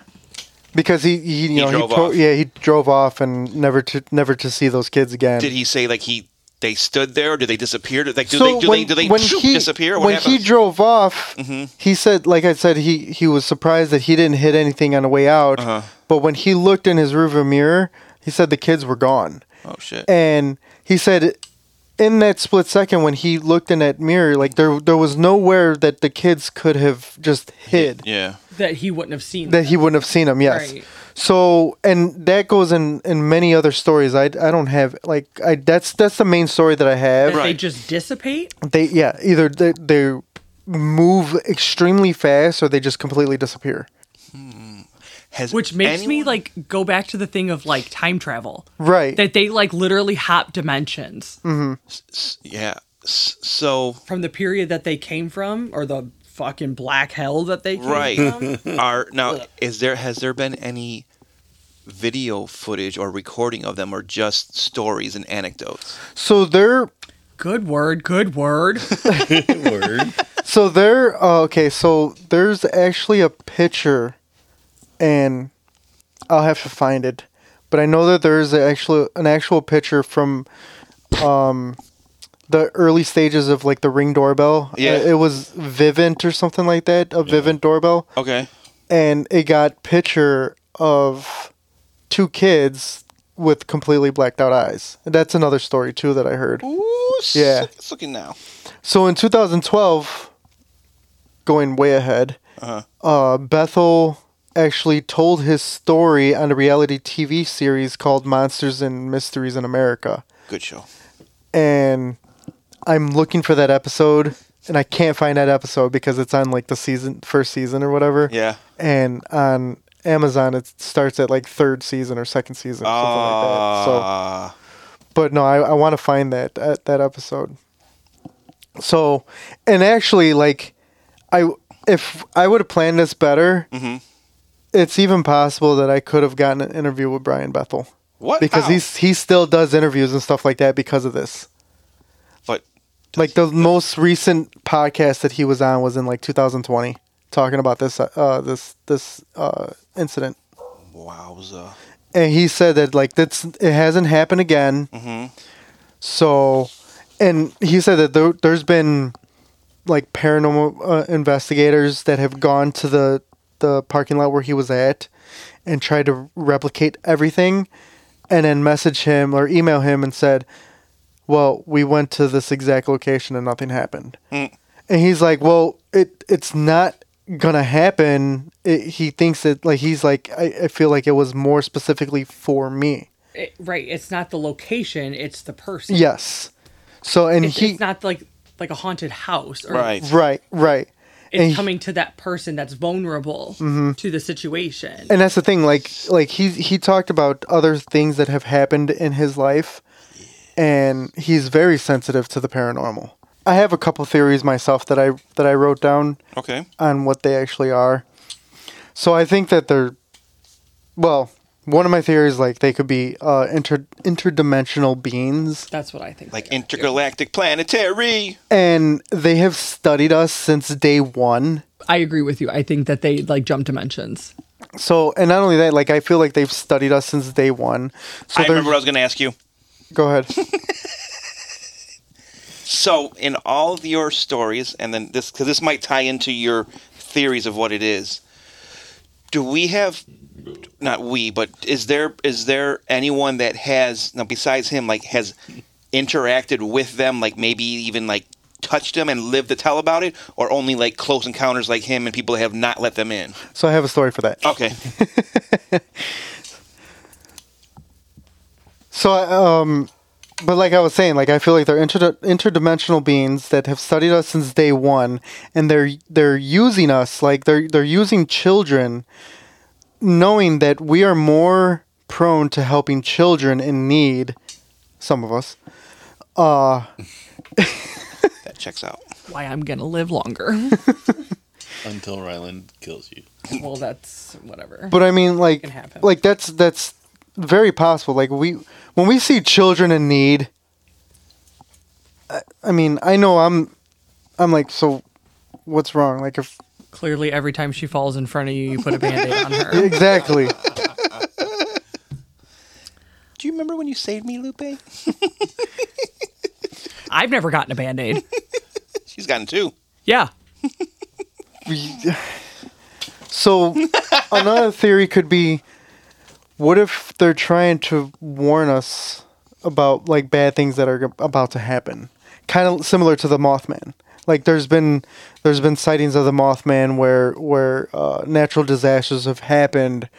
because he, he you know
drove
he pro-
off.
yeah he drove off and never to never to see those kids again.
Did he say like he they stood there or did they disappear? Did, like do
so
they do
when,
they do they
when
shoop,
he
disappear? What
when he
happens? Mm-hmm.
drove off, he said, like I said, he he was surprised that he didn't hit anything on the way out.
Uh-huh.
But when he looked in his rearview mirror, he said the kids were gone,
oh shit.
and he said. In that split second, when he looked in that mirror, like there, there was nowhere that the kids could have just hid.
yeah.
That he wouldn't have seen.
that he wouldn't have seen him. Yes.
Right.
So and that goes in in many other stories. I I don't have like I that's that's the main story that I have.
That They
Right.
just dissipate.
They yeah either they, they move extremely fast or they just completely disappear.
Has
Which makes me
anyone-
like go back to the thing of like time travel.
Right.
That they like literally hop dimensions
Mm.
yeah. S- So
from the period that they came from or the fucking black hell that they came
Um,
from.
right are now is there has there been any video footage or recording of them or just stories and anecdotes?
so they're
Good word, good word.
Word.
so they're uh, okay. So there's actually a picture, and I'll have to find it. But I know that there's actually an actual picture from, um, the early stages of like the Ring doorbell.
Yeah.
Uh, it was Vivint or something like that, a Vivint doorbell,
Okay.
and it got picture of two kids with completely blacked out eyes. That's another story too that I heard.
Ooh, s-
Yeah.
It's looking now.
So in 2012, going way ahead,
Uh-huh.
uh, Bethel actually told his story on a reality TV series called Monsters and Mysteries in America.
Good show.
And I'm looking for that episode, and I can't find that episode because it's on like the season, first season or whatever.
Yeah.
And on Amazon, it starts at like third season or second season, something like that. So
Ah.
but no, I, I want to find that uh, that episode. So, and actually, like, I if I would have planned this better,
Mm-hmm.
it's even possible that I could have gotten an interview with Brian Bethel
what?
because
How?
he's he still does interviews and stuff like that because of this.
But
Like the most recent podcast that he was on was in like 2020, talking about this uh, this this uh, incident.
wowza.
and he said that like that's it hasn't happened again. So, and he said that there, there's been like paranormal uh, investigators that have gone to the the parking lot where he was at and tried to replicate everything, and then message him or email him and said, "Well, we went to this exact location and nothing happened." And he's like, "Well, it it's not gonna happen." It, he thinks that like he's like, I, I feel like it was more specifically for me.
It- right. It's not the location, it's the person.
Yes. So and
It's,
he
it's not like like a haunted house or
Right.
right right
it's
and he- Mm-hmm.
coming to that person that's vulnerable to the situation.
and that's the thing like like he he talked about other things that have happened in his life and he's very sensitive to the paranormal. I have a couple theories myself that I that I wrote down
Okay.
on what they actually are. So I think that they're well, One of my theories, like they could be uh, inter interdimensional beings,
That's what I think.
Like intergalactic planetary.
and they have studied us since day one.
I agree with you. I think that they like jump dimensions.
So, and not only that, like I feel like they've studied us since day one. So
I
they're-
remember what I was going to ask you.
Go ahead.
So, in all of your stories, and then this, because this might tie into your theories of what it is, do we have, not we, but is there is there anyone that has now besides him like has interacted with them, like maybe even like touched them and lived to tell about it, or only like close encounters like him and people that have not let them in?
so I have a story for that.
Okay,
So, um, but like I was saying, like I feel like they're inter- interdimensional beings that have studied us since day one, and they're they're using us like they're they're using children, knowing that we are more prone to helping children in need. Some of us. uh,
that checks out.
Why I'm gonna live longer.
Until Ryland kills you.
well, that's whatever.
But I mean, like,
can happen.
like that's that's very possible. Like we, when we see children in need, I, I mean, I know I'm, I'm like, so, what's wrong? Like if
Clearly, every time she falls in front of you, you put a band-aid on her.
exactly,
Do you remember when you saved me, Lupe?
I've never gotten a band-aid.
She's gotten two.
Yeah.
so another theory could be, what if they're trying to warn us about like bad things that are about to happen? Kind of similar to the Mothman. Like there's been there's been sightings of the Mothman where where uh, natural disasters have happened,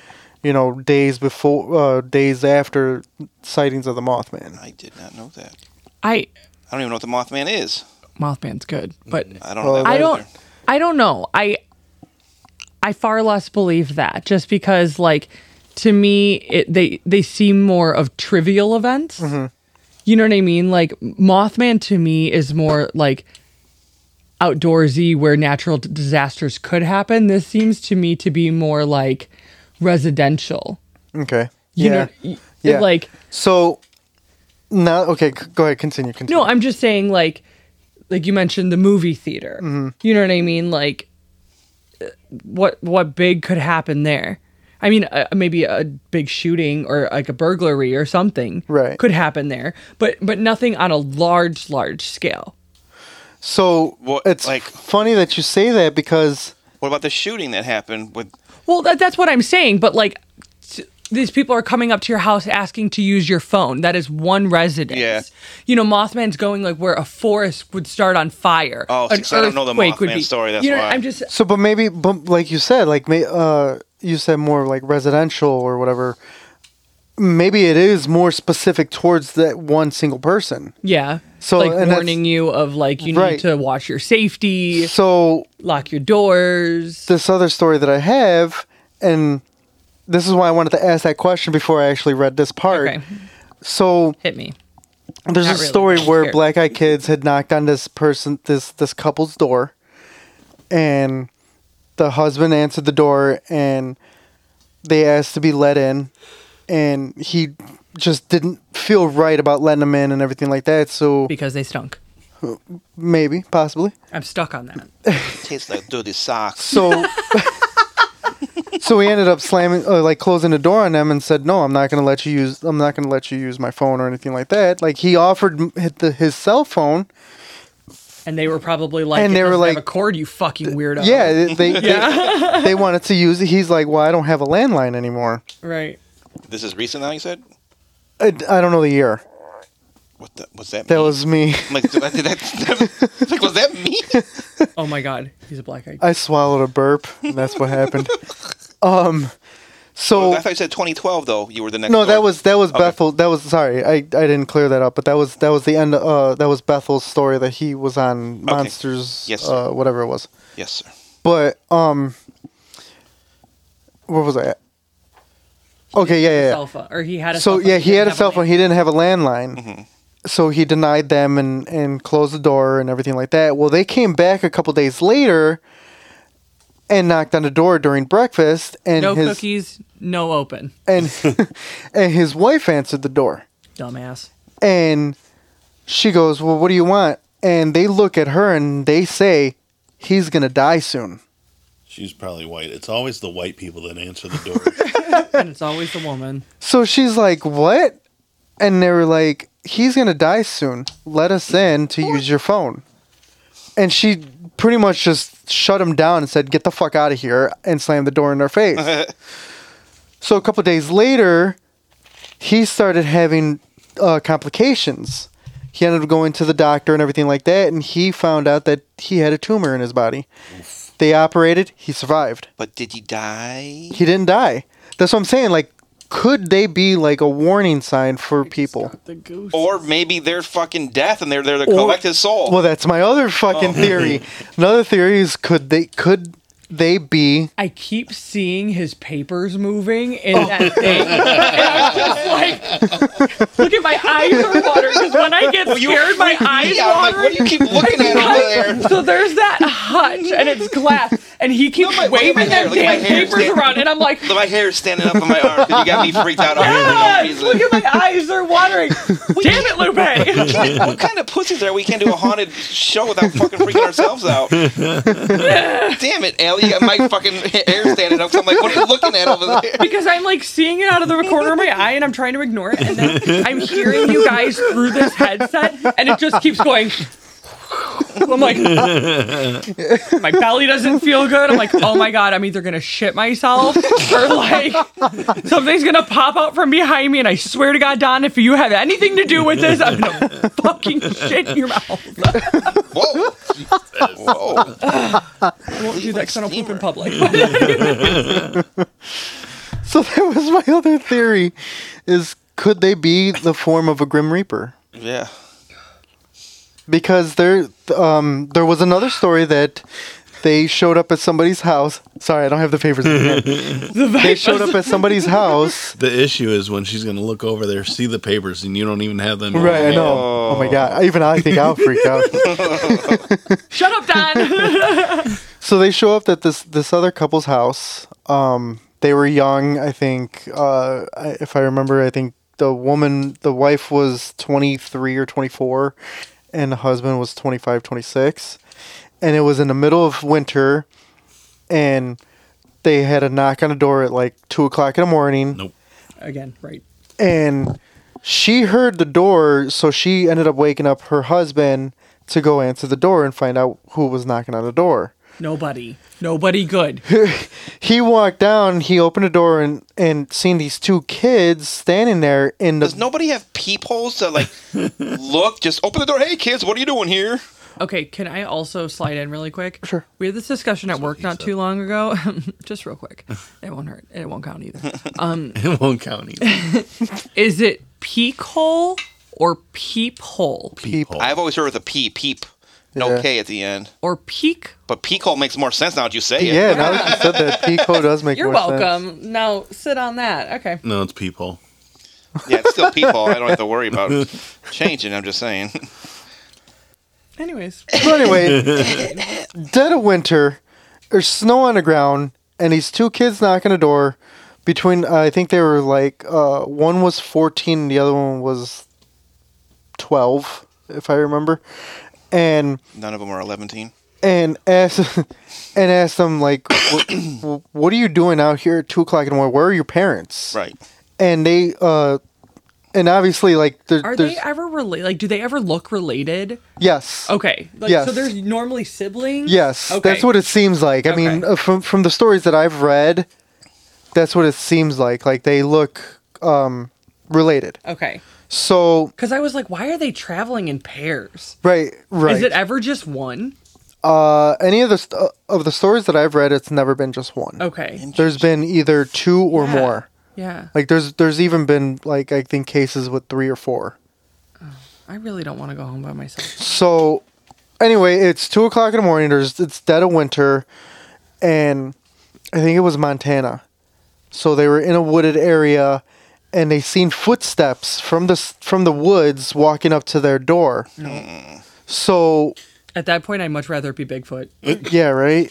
you know, days before uh, days after sightings of the Mothman.
I did not know that.
I
I don't even know what the Mothman is.
Mothman's good, but
I don't know. that
I
either.
don't I don't know. I I far less believe that just because like to me it, they they seem more of trivial events. You know what I mean? Like Mothman to me is more like outdoorsy where natural d- disasters could happen. This seems to me to be more like residential.
Okay.
You
yeah.
know,
Yeah.
yeah. like
so now, okay, c- go ahead, continue. continue.
No, I'm just saying like like you mentioned the movie theater.
Mm-hmm.
You know what I mean? Like uh, what what big could happen there? I mean, uh, maybe a big shooting or like a burglary or something
Right.
could happen there, but but nothing on a large large scale.
So
What-
it's
like-
funny that you say that because
What about the shooting that happened with
Well, that, that's what I'm saying, but like t- these people are coming up to your house asking to use your phone. That is one residence.
Yeah.
You know, Mothman's going like where a forest would start on fire.
Oh,
an
since I don't know the
earthquake would
Mothman
be-
story, that's
you know,
why.
I'm just
so, but maybe, but like you said, like may, uh, you said more like residential or whatever. Maybe it is more specific towards that one single person.
Yeah.
So,
So like
and that's-
warning you of like you
Right.
need to watch your safety,
So
lock your doors.
this other story that I have, and this is why I wanted to ask that question before I actually read this part.
Okay,
So
hit me.
There's
Not
a
really.
story where
Here.
black eyed kids had knocked on this person this this couple's door and the husband answered the door and they asked to be let in and he just didn't feel right about letting them in and everything like that so
Because they stunk.
maybe possibly
I'm stuck on that.
tastes like dirty socks?
so so we ended up slamming uh, like closing the door on them and said no i'm not going to let you use i'm not going to let you use my phone or anything like that like he offered m- hit the, his cell phone
And they were probably like,
And
and
they
they
were like-
have a cord, you fucking weirdo.
Yeah, they they, they they wanted to use it. He's like, well, I don't have a landline anymore.
Right.
This is recent now. You said
I, I don't know the year.
what? The, what's that?
That
mean?
was me.
I'm like, did that, did that- it's like, was that me?
Oh my God. He's a black guy.
I swallowed a burp, and that's what happened. Um,
I
so
thought you said 2012 though. You were the next.
no, that
door.
was that was Bethel. That was sorry, I, I didn't clear that up, but that was that was the end. Uh, that was Bethel's story that he was on Monsters.
Yes, sir.
uh, whatever it was.
Yes, sir.
But um, where was I? At? Okay, yeah, yeah, yeah.
Cell phone- Or he had a
so
cell phone,
yeah, he
didn't
had a
have
cell phone.
link.
He didn't have a landline, so he denied them and and closed the door and everything like that. Well, they came back a couple days later, and knocked on the door during breakfast, and
No
his
cookies, no open.
and and his wife answered the door,
Dumbass.
and she goes, "Well, what do you want?" And they look at her and they say, "He's gonna die soon."
She's probably white. It's always the white people that answer the door.
And it's always the woman.
So she's like, "What?" And they were like, "He's gonna die soon. Let us in to use your phone." And she pretty much just shut him down and said, "Get the fuck out of here!" and slammed the door in their face. so a couple days later, he started having uh, complications. He ended up going to the doctor and everything like that, and he found out that he had a tumor in his body. They operated. He survived
But did he die?
he didn't die. That's what I'm saying. Like, could they be like a warning sign for people?
Or maybe they're fucking death and they're there to collect his soul.
Well, that's my other fucking theory. Another theory is could they could they be
I keep seeing his papers moving in
Oh.
that thing. and I'm just like, look at my eyes are watering because when I get scared, my eyes
Yeah, I'm like,
water.
what do you keep looking at over there?
So there's that hutch, and it's glass, and he keeps
my- look at my
waving
hair,
them
look at my
damn
hair,
papers
Dan.
around, and I'm like,
Look, my hair is standing up on my arm because you got me freaked out. over here
yes,
for no
look
reason.
at my eyes are watering. Damn it, Lupe!
what kind of pussies are we? Can't do a haunted show without fucking freaking ourselves out. Damn it, Al, you got my fucking hair standing up. 'cause I'm like, what are you looking at over there?
Because I'm like seeing it out of the corner of my eye, and I'm trying to ignore it, and then I'm hearing you guys through this headset, and it just keeps going. I'm like, my belly doesn't feel good. I'm like, oh my god, I'm either gonna shit myself or like something's gonna pop out from behind me. And I swear to God, Don, if you have anything to do with this, I'm gonna fucking shit in your mouth.
Whoa. Whoa.
I won't do that 'cause I don't poop in
Steamer.
public.
so? That was my other theory. Is could they be the form of a grim reaper?
Yeah.
Because there um there was another story that they showed up at somebody's house. Sorry, I don't have the papers. in my hand. They showed up at somebody's house.
the issue is when she's going to look over there, see the papers, and you don't even have them. in your
Right, I
hand.
know. Oh my god! Even I think I'll freak out.
Shut up, Don.
So they show up at this this other couple's house. Um, they were young, I think. Uh, I- if I remember, I think the woman, the wife was 23 or 24, and the husband was 25, 26. And it was in the middle of winter, and they had a knock on the door at like two o'clock in the morning
Nope.
Again, right.
and she heard the door, so she ended up waking up her husband to go answer the door and find out who was knocking on the door.
Nobody. Nobody good.
He walked down, he opened the door and and seen these two kids standing there in the
Does nobody have peepholes to like look? Just open the door. Hey, kids, what are you doing here?
Okay, can I also slide in really quick? Sure. We had this discussion at work not too long ago. Just real quick. It won't hurt. It won't count either.
It won't count either.
Is it peek hole or peep hole?
people.
I've always heard with a P, peep. No
Yeah.
K at the end.
Or peek?
But peephole makes more sense now that you say it.
Yeah, now that you said that, Pico does make
You're
more sense.
welcome. Now sit on that. Okay.
No, it's people.
Yeah, it's still peephole. I don't have to worry about changing. I'm just saying.
Anyways.
So anyway, dead of winter, there's snow on the ground, and these two kids knocking the door. Between, I think they were like, uh, one was 14, the other one was 12, if I remember. And
None of them are 11 teen.
and asked and asked them like, what, "What are you doing out here at two o'clock in the morning? Where are your parents?"
Right.
And they, uh, and obviously, like, there,
Are
there's
they ever related? Like, do they ever look related?
yes,
Okay. Like,
Yes.
So there's normally siblings?
Yes,
Okay.
that's what it seems like. I mean,
Okay.
uh, from from the stories that I've read, that's what it seems like. Like they look um, related.
Okay.
So
Because I was like, why are they traveling in pairs?
right, right.
Is it ever just one?
uh, any of the st- uh, of the stories that I've read? It's never been just one.
Okay.
There's been either two or
Oh, Yeah.
more.
Yeah.
Like there's there's even been like I think cases with three or four.
I really don't want to go home by myself.
So anyway, it's two o'clock in the morning. There's it's dead of winter, and I think it was Montana. So they were in a wooded area, and they seen footsteps from the s- from the woods walking up to their door. So
At that point, I'd much rather it be Bigfoot.
Yeah, right.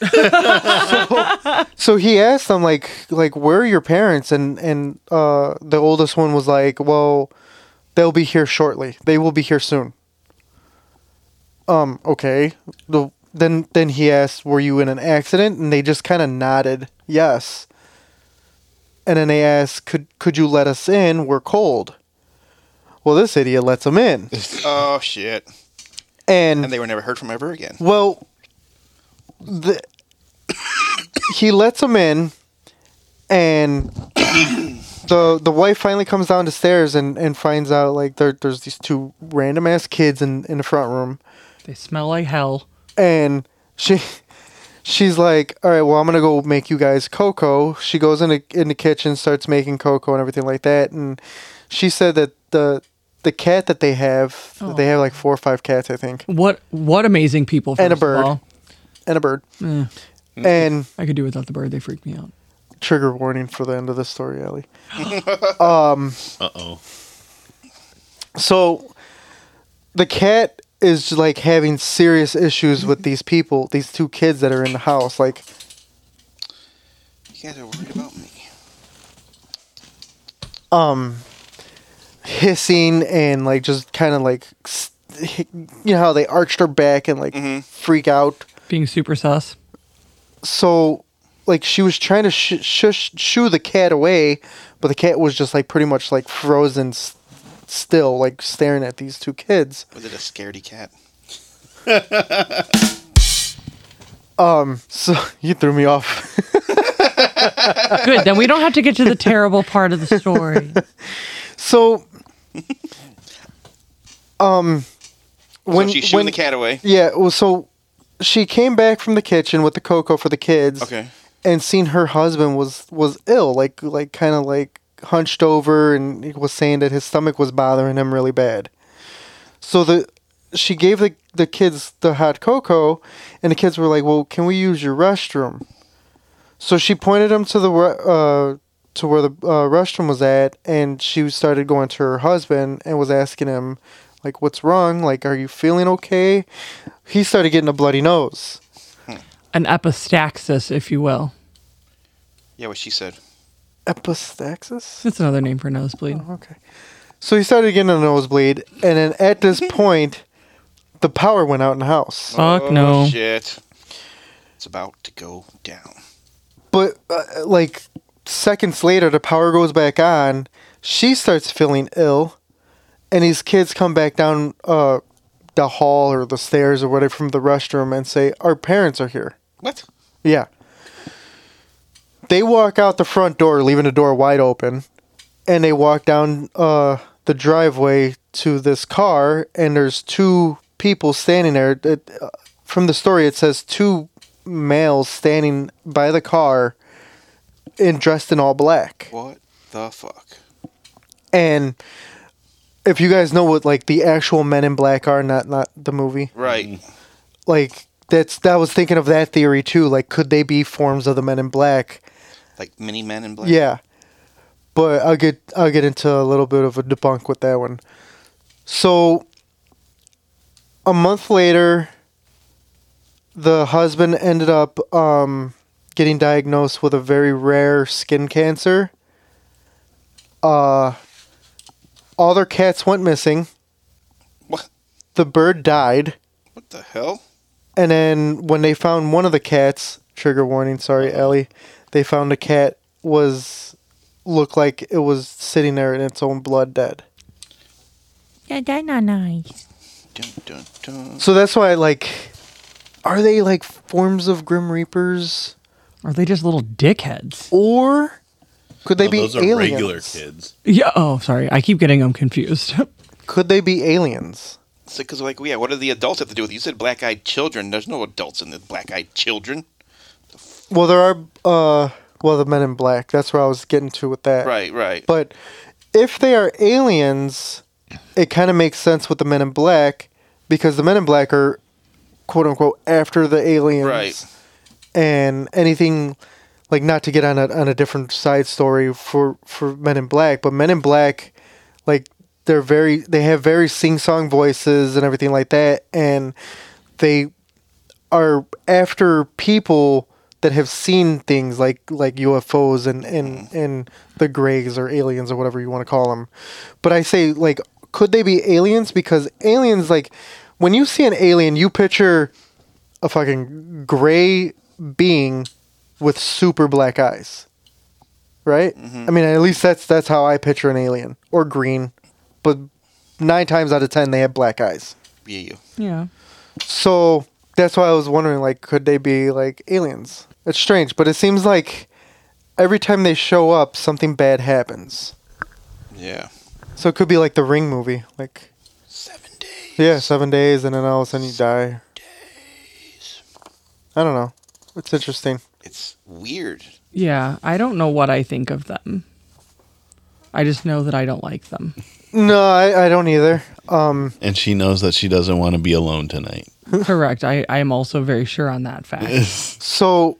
so, so he asked them like like where are your parents and and uh the oldest one was like, "Well, they'll be here shortly. They will be here soon." Um okay. The then then he asked, "Were you in an accident?" and they just kind of nodded, "Yes." And then they asked, "Could could you let us in? We're cold." Well, this idiot lets them in.
Oh shit!
And
And they were never heard from ever again.
well, the, he lets him in, and the the wife finally comes down the stairs and, and finds out like there there's these two random ass kids in, in the front room,
They smell like hell.
and she she's like, all right, well I'm gonna go make you guys cocoa. She goes in the in the kitchen, starts making cocoa and everything like that, and she said that the the cat that they have, they have like four or five cats, I think,
What what amazing people!
And a
first of
bird.
all.
and a bird, and.
I could do without the bird. They freak me out.
trigger warning for the end of the story, Ellie.
Uh oh.
So the cat is like having serious issues with these people, these two kids that are in the house. Like,
You guys are worried about me.
um, hissing and like just kind of like, s- you know how they arched their back and like freak out.
Being super sus.
So like she was trying to sh- shush shoo the cat away, but the cat was just like pretty much like frozen s- still, like staring at these two kids.
Was it a scaredy cat?
So you threw me off.
Good. Then we don't have to get to the terrible part of the story.
So, um, when
so she's shooing
when
the cat away.
yeah, well, so she came back from the kitchen with the cocoa for the kids,
Okay.
and seen her husband was was ill, like like kind of like hunched over, and he was saying that his stomach was bothering him really bad. So the she gave the the kids the hot cocoa, and the kids were like, "Well, can we use your restroom?" So she pointed him to the re- uh, to where the uh, restroom was at, and she started going to her husband and was asking him, like, "What's wrong? Like, are you feeling okay?" He started getting a bloody nose.
An epistaxis, if you will.
Yeah, what she said.
Epistaxis.
That's another name for nosebleed.
Okay. So he started getting a nosebleed, and then at this point, the power went out in the house.
Fuck
oh,
no.
Shit. It's about to go down.
But uh, like seconds later, the power goes back on. She starts feeling ill, and these kids come back down uh, the hall or the stairs or whatever from the restroom and say, "Our parents are here."
What?
Yeah. They walk out the front door, leaving the door wide open, and they walk down uh, the driveway to this car, and there's two people standing there. It, uh, from the story, it says two males standing by the car, and dressed in all black.
What the fuck?
And if you guys know what like the actual Men in Black are, not not the movie,
Right.
like that's that was thinking of that theory too. Like, could they be forms of the Men in Black?
Like mini men in black.
Yeah, but I'll get I'll get into a little bit of a debunk with that one. So a month later, the husband ended up um, getting diagnosed with a very rare skin cancer. Uh, all their cats went missing.
What?
The bird died.
What the hell?
And then when they found one of the cats, trigger warning, sorry, Ellie, they found the cat was looked like it was sitting there in its own blood dead.
Dun, dun, dun.
So that's why like are they like forms of grim reapers
Are they just little dickheads?
or could they
No,
be
Oh, those are
aliens?
regular kids.
Yeah. Oh, sorry. I keep getting them confused.
Could they be aliens?
Because, like, yeah, what do the adults have to do with it? You said black eyed children. There's no adults in the black eyed children.
Well, there are uh well, the men in black. That's where I was getting to with that.
Right, right.
But if they are aliens, it kind of makes sense with the Men in Black because the Men in Black are quote unquote after the aliens,
Right.
And anything like not to get on a on a different side story for for Men in Black, but Men in Black, like they're very they have very sing song voices and everything like that, and they are after people that have seen things like like UFOs and and and the Greys or aliens or whatever you want to call them. But I say like, could they be aliens? Because aliens like when you see an alien, you picture a fucking gray being with super black eyes. Right? I mean, at least that's that's how I picture an alien or green, but 9 times out of 10 they have black eyes.
Yeah, you.
Yeah.
So that's why I was wondering, like, could they be like aliens? It's strange, but it seems like every time they show up, something bad happens.
Yeah.
So it could be like the Ring movie, like
Seven days.
yeah, seven days, and then all of a sudden you die. I don't know. It's interesting.
It's weird.
Yeah. I don't know what I think of them. I just know that I don't like them.
No, I, I don't either. Um,
And she knows that she doesn't want to be alone tonight.
Correct. I, I am also very sure on that fact.
so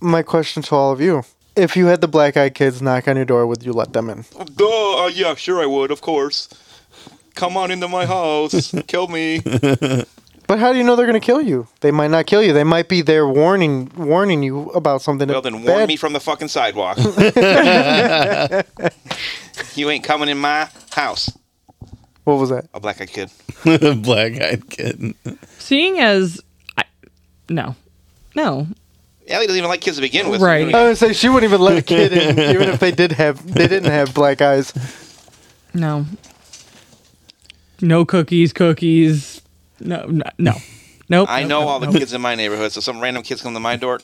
my question to all of you: If you had the black eyed kids knock on your door, would you let them in?
Duh, uh, yeah, sure I would, of course. Come on into my house. Kill me.
But how do you know they're gonna kill you? They might not kill you. They might be there warning warning you about something.
Well, then warn
bad.
me from the fucking sidewalk. you ain't coming in my house.
What was that?
A black eyed kid.
Black eyed kid.
Seeing as I no. No.
Ellie doesn't even like kids to begin with.
Right.
I would say she wouldn't even let a kid in, even if they did have they didn't have black eyes.
No. No cookies, cookies. No, no, no. Nope.
I
nope,
know
nope,
all the
nope.
kids in my neighborhood, so some random kids come to my door.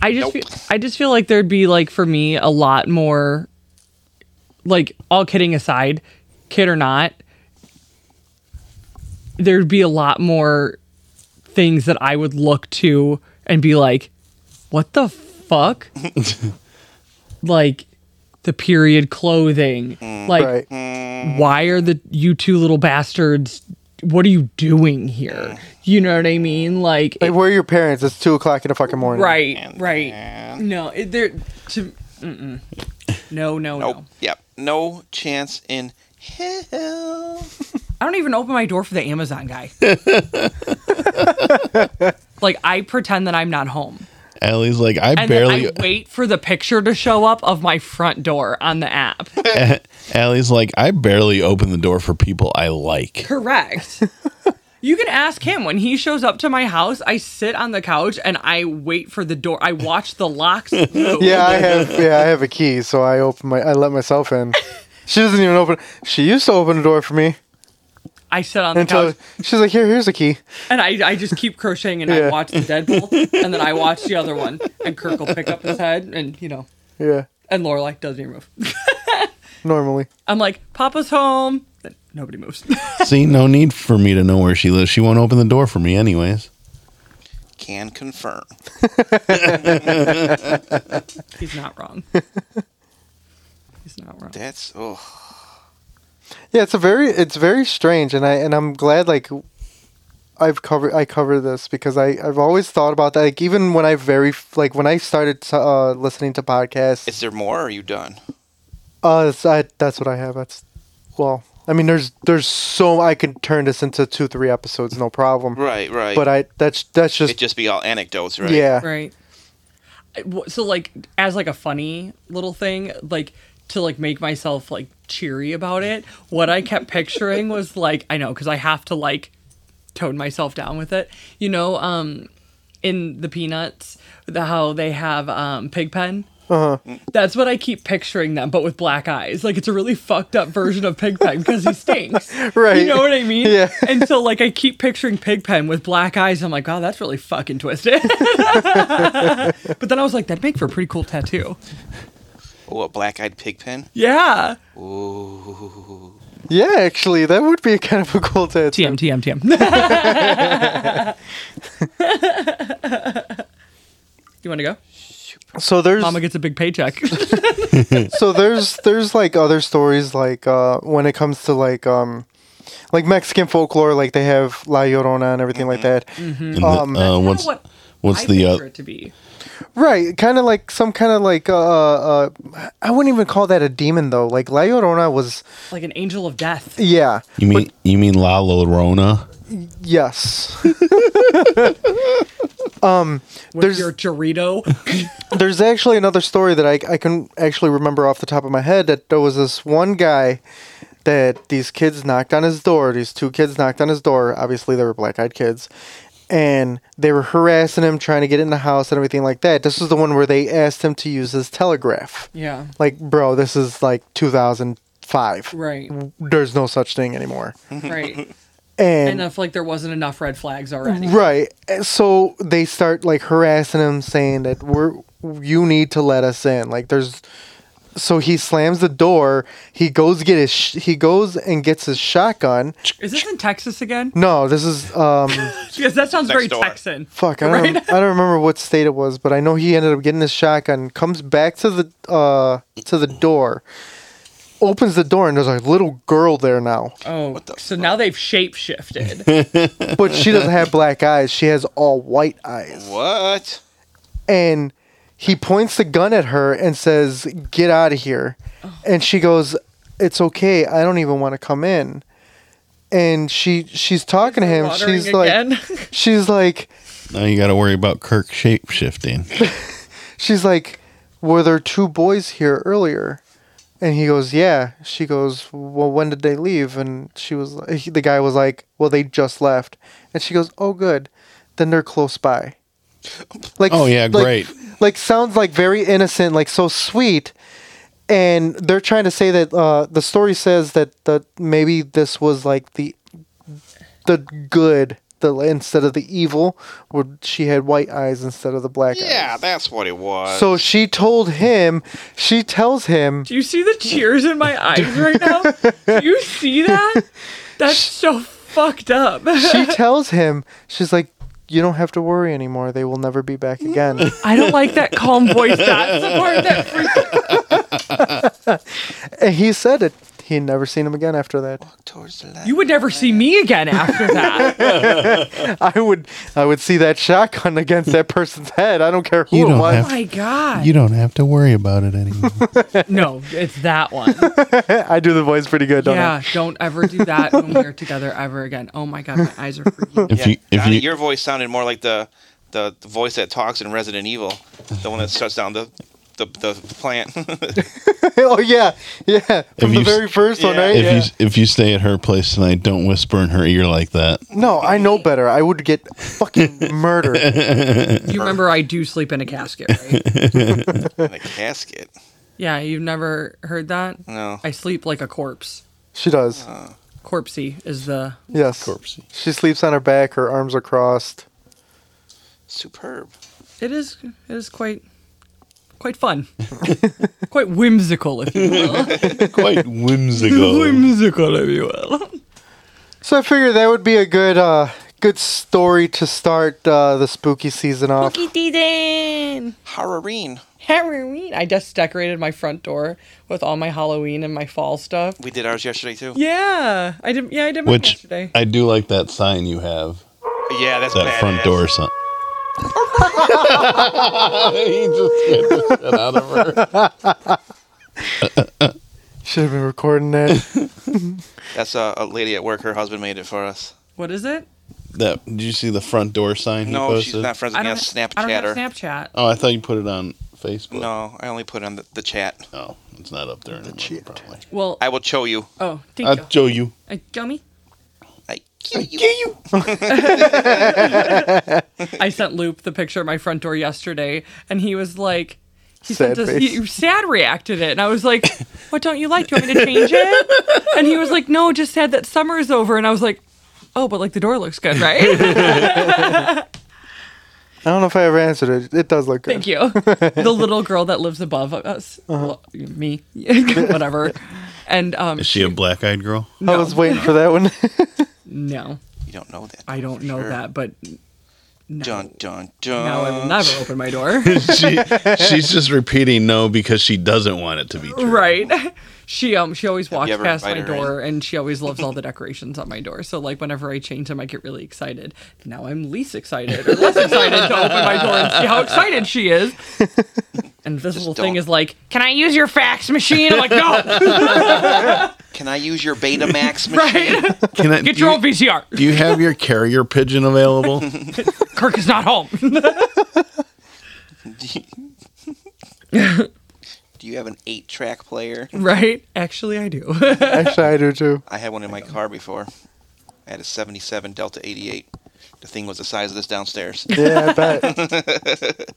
I just
Nope.
feel, I just feel like there'd be like for me a lot more like all kidding aside, kid or not, there'd be a lot more things that I would look to and be like, "What the fuck?" like the period clothing. Like
Right.
Mm-hmm.
why are the you two little bastards what are you doing here? You know what I mean? Like
Like where are your parents? It's two o'clock in the fucking morning.
Right,
And
right.
then-
No, it, there to mm-mm. no, no,
Nope.
no.
Yep. Oh, No chance in hell.
I don't even open my door for the Amazon guy. like I pretend that I'm not home,
Allie's like, I
and
barely.
then I wait for the picture to show up of my front door on the app.
Allie's like, I barely open the door for people I like.
Correct. You can ask him when he shows up to my house. I sit on the couch and I wait for the door. I watch the locks. move.
Yeah, I have yeah, I have a key, so I open my I let myself in. She doesn't even open she used to open the door for me
I sit on the
until
couch
she's like, Here, here's a key.
And I, I just keep crocheting and
Yeah.
I watch the Deadpool and then I watch the other one and Kirk will pick up his head and you know
Yeah.
and Lorelai doesn't even move.
Normally.
I'm like, Papa's home. Then nobody moves.
See, no need for me to know where she lives. She won't open the door for me, anyways.
Can confirm.
He's not wrong. He's not wrong.
That's oh
Yeah, it's a very it's very strange, and I and I'm glad like I've covered I cover this because I I've always thought about that. Like even when I very like when I started to, uh, listening to podcasts,
is there more or are you done?
uh, that's, I, that's what I have. That's well, I mean, there's there's so I could turn this into two three episodes, no problem.
Right, right.
But I that's that's just,
it'd just be all anecdotes, right?
yeah
Right. I- wh- So like as like a funny little thing, like to like make myself like cheery about it, what I kept picturing was like I know cuz I have to like tone myself down with it. You know, um in the peanuts, the how they have um Pigpen.
Uh-huh.
That's what I keep picturing them, but with black eyes. Like it's a really fucked up version of Pigpen because he stinks.
Right.
You know what I mean?
Yeah.
And so like I keep picturing Pigpen with black eyes. I'm like, wow, that's really fucking twisted. but then I was like, that'd make for a pretty cool tattoo.
Oh, a black-eyed pigpen.
Yeah.
yeah. Actually, that would be kind of a cool tattoo.
TM TM TM. you want to go?
So there's
Mama gets a big
Uh,
paycheck.
so there's there's like other stories like uh when it comes to like um like Mexican folklore like they have La Llorona and everything like that.
And the- uh, what's
what
What's
I
the
picture
uh,
it to be.
Right, kind of like some kind of like uh, uh, I wouldn't even call that a demon though. Like La Llorona was,
Like an angel of death.
yeah,
you mean you mean La Llorona?
yes.
With
There's-
your Dorito.
There's actually another story that I I can actually remember off the top of my head that there was this one guy that these kids knocked on his door. These two kids knocked on his door. Obviously, they were black-eyed kids, and they were harassing him, trying to get in the house and everything like that. This is the one where they asked him to use his telegraph.
yeah.
Like, bro, this is like 2005.
Right.
There's no such thing anymore.
Right.
And
and if like there wasn't enough red flags already.
right, and so they start like harassing him, saying that we're you need to let us in. Like, there's so he slams the door. He goes get his sh- he goes and gets his shotgun.
Is this in Texas again?
No, this is um
Because that sounds
Next
very
door.
Texan.
fuck. I don't,
Right?
I don't remember what state it was, but I know he ended up getting his shotgun. Comes back to the uh to the door. Opens the door and there's a little girl there now.
Oh, so now they've shape shifted.
but she doesn't have black eyes. She has all white eyes.
What?
And he points the gun at her and says, "Get out of here." And she goes, "It's okay. I don't even want to come in." And she she's talking to him. She's like she's like
Now you got to worry about Kirk shape shifting.
she's like, "Were there two boys here earlier?" And he goes, "Yeah." She goes, "Well, when did they leave?" And she was he, the guy was like, "Well, they just left." And she goes, "Oh, good. Then they're close by." Like
Oh, yeah,
like-
great.
Like sounds like very innocent, like so sweet. And they're trying to say that uh, the story says that the maybe this was like the the good the instead of the evil where she had white eyes instead of the black eyes.
Yeah, that's what it was.
So she told him, she tells him,
Do you see the tears in my eyes right now? Do you see that? That's so fucked up.
she tells him, she's like, you don't have to worry anymore. They will never be back again.
I don't like that calm voice. That's the part that freaks
and he said it. He had never seen him again after that.
Towards the left.
You would never see me again after that.
I would, I would see that shotgun against that person's head. I don't care who
You
it
don't
was.
oh my god.
You don't have to worry about it anymore.
no, it's that one.
I do the voice pretty good, don't
yeah, don't ever do that when we're together ever again. Oh my god, my eyes are freaking.
If
Yeah,
you if
Donnie,
you
your voice sounded more like the, the the voice that talks in Resident Evil, the one that shuts down the the, the plant.
I? oh yeah, yeah. From the
you s-
very first one,
Yeah.
right?
if
Yeah.
you if you stay at her place tonight, don't whisper in her ear like that.
no, I know better. I would get fucking murdered.
You remember I do sleep in a casket, right?
in a casket.
Yeah, you've never heard that?
No.
I sleep like a corpse.
She does.
Uh,
Corpsey is the
yes.
Corpsey.
She sleeps on her back. Her arms are crossed.
Superb.
it is it is quite quite fun. quite whimsical if you will.
Quite whimsical.
whimsical if you will.
So I figured that would be a good uh good story to start uh, the spooky season off.
Kitty
Harareen.
Halloween. I just decorated my front door with all my Halloween and my fall stuff.
We did ours yesterday too.
Yeah, I did. Yeah, I did mine
Which
yesterday.
I do like that sign you have.
Yeah, that's
That front
badass.
door sign. he just scared the shit out of her.
Should have been recording that.
That's a, a lady at work. Her husband made it for us.
what is it?
That did you see the front door sign he
No,
posted?
she's not friends
I
with me on
don't, have, I don't have
Snapchatter.
Snapchat.
Oh, I thought you put it on Facebook.
no, I only put it on the, the chat.
Oh, it's not up there anymore. Probably.
Well,
I will show you.
oh, thank you.
I'll show you.
Uh, gummy.
I kill you.
I sent Loop the picture of my front door yesterday, and he was like, he
Sad
sent us,
face.
he, sad reacted it, and I was like, what don't you like? Do you want me to change it? And he was like, no, just sad that summer's over, and I was like, oh, but like the door looks good, right?
I don't know if I ever answered it. It does look good.
Thank you. The little girl that lives above us,
Uh-huh.
well, me, whatever, and um,
Is she a black eyed girl?
I was waiting for that one.
no.
You don't know that.
I don't know
Sure.
that, but
Dun dun dun.
Now I will never open my door.
she, she's just repeating no because she doesn't want it to be true.
right. She um she always walks
ever
past my
invited her in?
door and she always loves all the decorations on my door. So like whenever I change them, I get really excited. Now I'm least excited or less excited to open my door and see how excited she is. And this little thing
don't.
is like, can I use your fax machine? I'm like, no,
Can I use your Betamax machine?
right?
Can I,
Get
do
your
you-
own VCR.
Do you have your carrier pigeon available?
Kirk is not home.
Do you have an eight-track player?
right? Actually, I do.
Actually, I do too.
I had one in my car before. I had a 77 Delta 88. The thing was the size of this downstairs.
Yeah, I bet.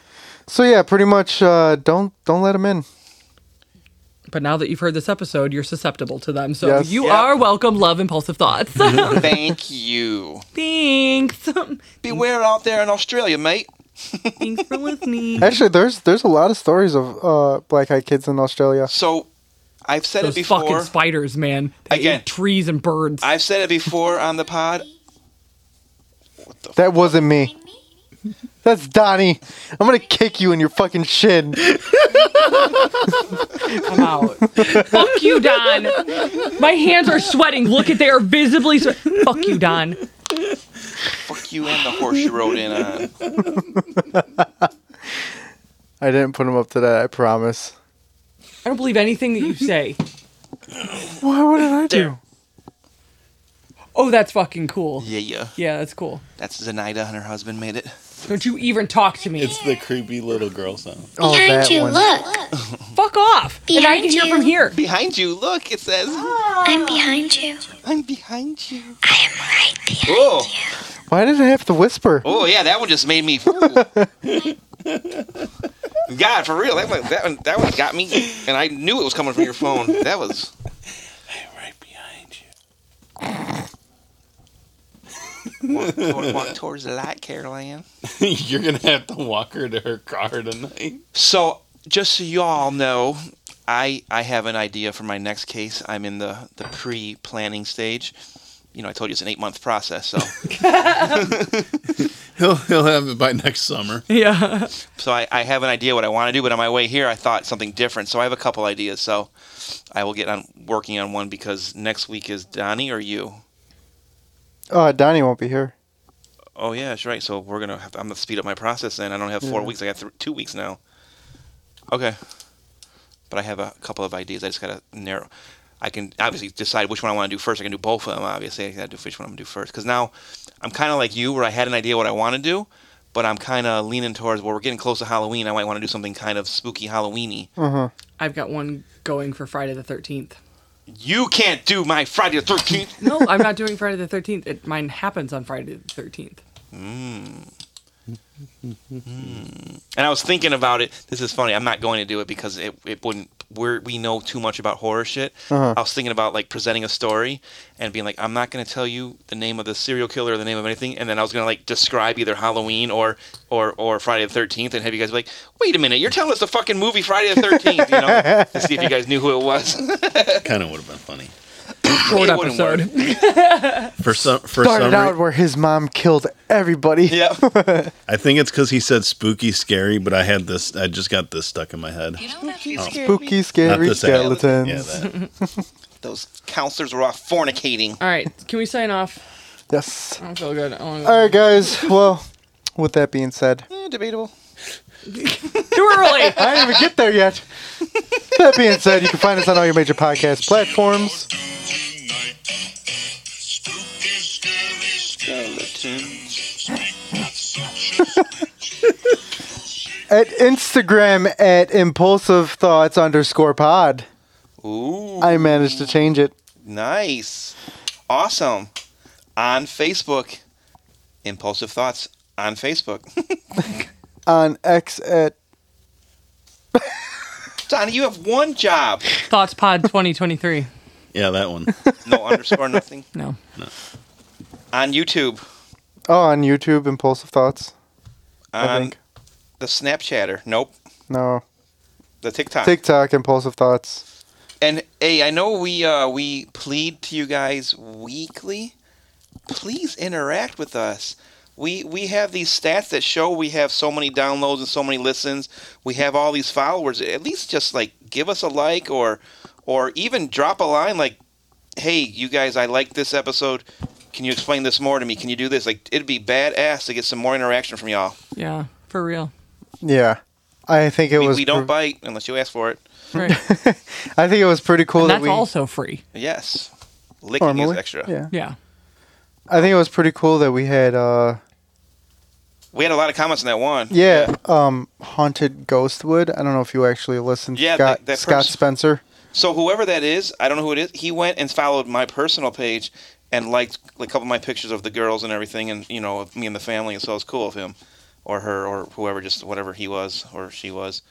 so yeah, pretty much. Uh, don't don't let them in.
but now that you've heard this episode, you're susceptible to them. So
Yes.
you
Yeah.
are welcome, love, impulsive thoughts.
Thank you.
Thanks.
Beware out there in Australia, mate.
Thanks for listening.
Actually, there's there's a lot of stories of uh, black eyed kids in Australia.
So, I've said
Those
it before.
fucking spiders, man. They
Again.
eat trees and birds.
I've said it before on the pod.
That wasn't me. That's Donnie. I'm gonna kick you in your fucking shin.
I'm out. Fuck you, Don. My hands are sweating. Look at they are visibly. Swe- Fuck you, Don.
Fuck you and the horse you rode in on.
I didn't put him up to that. I promise.
I don't believe anything that you say.
Why? What did I do?
Oh, that's fucking cool.
Yeah, yeah.
Yeah, that's cool.
That's Zenaida and her husband made it.
Don't you even talk to me.
it's the creepy little girl sound.
Oh,
Behind
that
you,
one.
look.
Fuck off. And I can
Behind
hear
you.
from here.
Behind you, look, it says.
Ah.
I'm behind you.
I'm behind you.
I am right there.
Oh,
Why did I have to whisper?
oh yeah, that one just made me. God, for real, that one, that one, that one got me, and I knew it was coming from your phone. That was.
Right behind you.
Walk, walk, walk towards the light, Caroline.
You're gonna have to walk her to her car tonight.
So, just so y'all know, I I have an idea for my next case. I'm in the the pre-planning stage. You know, I told you it's an eight-month process, so.
He'll he'll have it by next summer.
Yeah.
So I, I have an idea what I want to do, but on my way here, I thought something different. So I have a couple ideas. So I will get on working on one because next week is Donnie or you.
Uh, Donnie won't be here.
Oh yeah, that's right. So we're gonna have, I'm gonna speed up my process. Then I don't have four weeks. I got th- two weeks now. Okay. But I have a couple of ideas. I just gotta narrow. I can obviously decide which one I want to do first. I can do both of them. Obviously, I gotta do which one I'm gonna do first. Because now I'm kind of like you, where I had an idea what I want to do, but I'm kind of leaning towards well, we're getting close to Halloween. I might want to do something kind of spooky Halloweeny.
I've got one going for Friday the 13th.
You can't do my Friday the 13th.
No, I'm not doing Friday the 13th. It, mine happens on Friday the 13th.
And I was thinking about it. This is funny. I'm not going to do it because it, it wouldn't. We're, we know too much about horror shit. I was thinking about like presenting a story and being like, I'm not going to tell you the name of the serial killer or the name of anything. And then I was going to like describe either Halloween or or or Friday the 13th and have you guys be like, wait a minute, you're telling us the fucking movie Friday the 13th, you know, to see if you guys knew who it was.
Kind of would have been funny.
Short
It wouldn't work.
episode.
For some for some
Started
re-
out where his mom killed everybody.
yeah.
I think it's because he said spooky, scary, but I had this. I just got this stuck in my head.
Spooky,
Not
scary
this
skeletons.
Yeah, that.
Those counselors were all fornicating.
All right, can we sign off?
Yes.
I don't feel good. I wanna go-
All right, guys. Well, with that being said,
Eh, debatable.
Too early.
I didn't even get there yet. that being said, you can find us on all your major podcast platforms. At Instagram at impulsive thoughts underscore pod.
Ooh.
I managed to change it.
Nice. Awesome. On Facebook. Impulsive Thoughts on Facebook.
On X at
Donnie, you have one job.
Thoughts Pod 2023.
yeah, that one.
No underscore nothing.
No.
On YouTube.
oh on YouTube impulsive thoughts.
On
I think
the Snapchatter. Nope.
no
The TikTok.
TikTok impulsive thoughts.
and hey, I know we uh, we plead to you guys weekly. Please interact with us. we we have these stats that show we have so many downloads and so many listens. We have all these followers. At least just like give us a like or or even drop a line like, "Hey, you guys, I like this episode. Can you explain this more to me? Can you do this?" Like it'd be badass to get some more interaction from y'all.
Yeah, for real.
Yeah, I think it
We,
was.
we don't
pre-
bite unless you ask for it.
Right.
I think it was pretty cool
and
that
that's
we.
also free.
Yes. Licking
normally-
is extra.
Yeah,
Yeah.
I think it was pretty cool that we had. uh
We had a lot of comments on that one.
Yeah, um, haunted Ghostwood. I don't know if you actually listened.
Yeah,
Scott,
that- that
Scott
person-
Spencer.
So whoever that is, I don't know who it is. He went and followed my personal page and liked a couple of my pictures of the girls and everything, and you know, of me and the family. And so it was cool of him, or her, or whoever, just whatever he was or she was.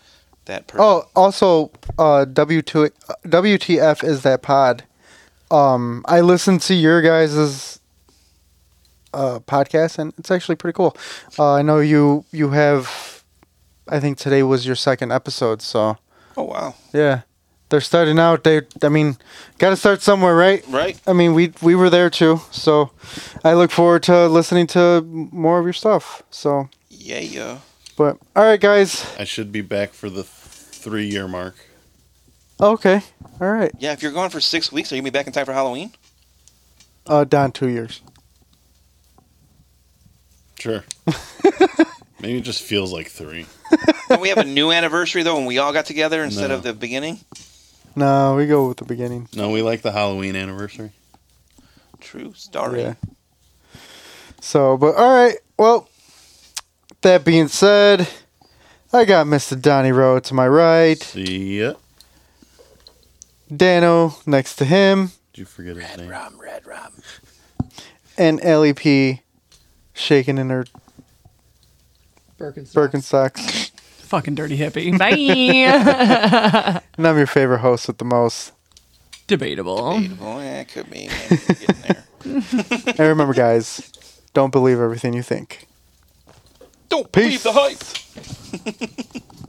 That person.
Oh, also, uh, W2, WTF is that pod. Um, I listened to your guys' uh, podcast, and it's actually pretty cool. Uh, I know you you have, I think today was your second episode, so
Oh, wow.
yeah, they're starting out. They, I mean, got to start somewhere, right?
Right.
I mean, we we were there too, so I look forward to listening to more of your stuff. So,
Yeah. Yeah.
but all right, guys.
I should be back for the th- three year mark.
Okay, all right.
Yeah. If you're gone for six weeks, are you gonna be back in time for Halloween?
Uh, down two years.
Sure. Maybe it just feels like three.
Don't we have a new anniversary though, when we all got together instead
No.
of the beginning?
No, we go with the beginning.
No, we like the Halloween anniversary.
True story.
Yeah. So, but all right. Well, that being said, I got Mr. Donnie Rowe to my right,
See ya.
Dano next to him,
Did you forget his name?
and Ellie P shaking in her
Birkenstocks.
Birkenstocks.
Fucking dirty hippie. Bye.
And I'm your favorite host with the most.
Debatable.
Well, yeah, it could be. man, Getting there.
And remember, guys, don't believe everything you think.
Don't believe the hype.